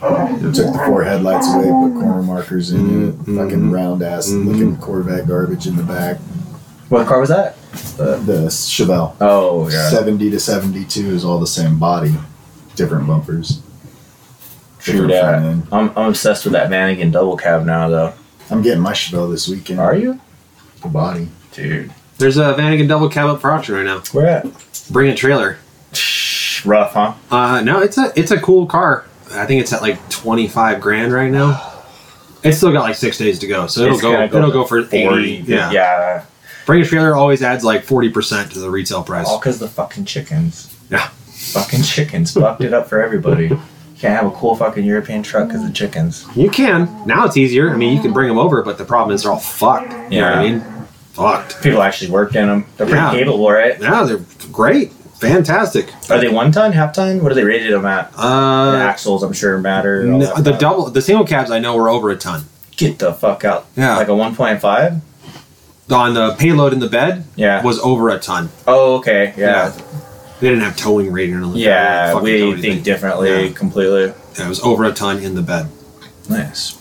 Speaker 3: Took the four headlights away, put corner markers in it,
Speaker 2: Mm-hmm.
Speaker 3: fucking round ass looking Corvette garbage in the back.
Speaker 2: what car was that?
Speaker 3: The Chevelle.
Speaker 2: Oh yeah.
Speaker 3: 70 to 72 is all the same body, different bumpers.
Speaker 2: True
Speaker 3: different front
Speaker 2: that.
Speaker 3: end.
Speaker 2: I'm, I'm obsessed with that Mannequin double cab now though.
Speaker 3: I'm getting my Chevelle this weekend.
Speaker 2: you?
Speaker 3: The body.
Speaker 2: Dude.
Speaker 1: There's a Vanagon double cab up for auction right now.
Speaker 2: Where at?
Speaker 1: Bring a trailer.
Speaker 2: Rough, huh?
Speaker 1: Uh, no, it's a it's a cool car. I think it's at like twenty five grand right now. It's still got like six days to go, so it'll
Speaker 2: It's
Speaker 1: go,
Speaker 2: gonna
Speaker 1: it'll
Speaker 2: to
Speaker 1: go for 80, yeah.
Speaker 2: Yeah.
Speaker 1: Bring a trailer always adds like forty percent to the retail price.
Speaker 2: All because the fucking chickens.
Speaker 1: Yeah.
Speaker 2: Fucking chickens fucked it up for everybody. Can't have a cool fucking European truck because of chickens.
Speaker 1: You can now it's easier. I mean, you can bring them over, but the problem is they're all fucked. You know what I
Speaker 2: Yeah.
Speaker 1: mean? Fucked.
Speaker 2: People actually worked in them. They're pretty
Speaker 1: Yeah.
Speaker 2: capable, right?
Speaker 1: Yeah, they're great, fantastic.
Speaker 2: Are they one ton, half ton? What are they rated them at? The
Speaker 1: Uh,
Speaker 2: axles, I'm sure, matter. and all
Speaker 1: no,
Speaker 2: that
Speaker 1: the
Speaker 2: stuff.
Speaker 1: double the single cabs I know were over a ton
Speaker 2: Get the fuck out.
Speaker 1: Yeah.
Speaker 2: Like a 1.5?
Speaker 1: on the payload in the bed.
Speaker 2: Yeah.
Speaker 1: was over a ton.
Speaker 2: Oh, okay. Yeah.
Speaker 1: They didn't have towing rating. or
Speaker 2: Yeah,
Speaker 1: fucking tow
Speaker 2: we
Speaker 1: anything.
Speaker 2: think differently
Speaker 1: Yeah.
Speaker 2: completely.
Speaker 1: Yeah, it was over a ton in the bed.
Speaker 2: Nice.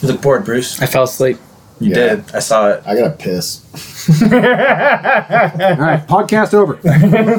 Speaker 2: You look bored, Bruce.
Speaker 4: I fell asleep.
Speaker 2: You
Speaker 3: Yeah.
Speaker 2: did. I saw it.
Speaker 3: I got to piss.
Speaker 1: All right, podcast over.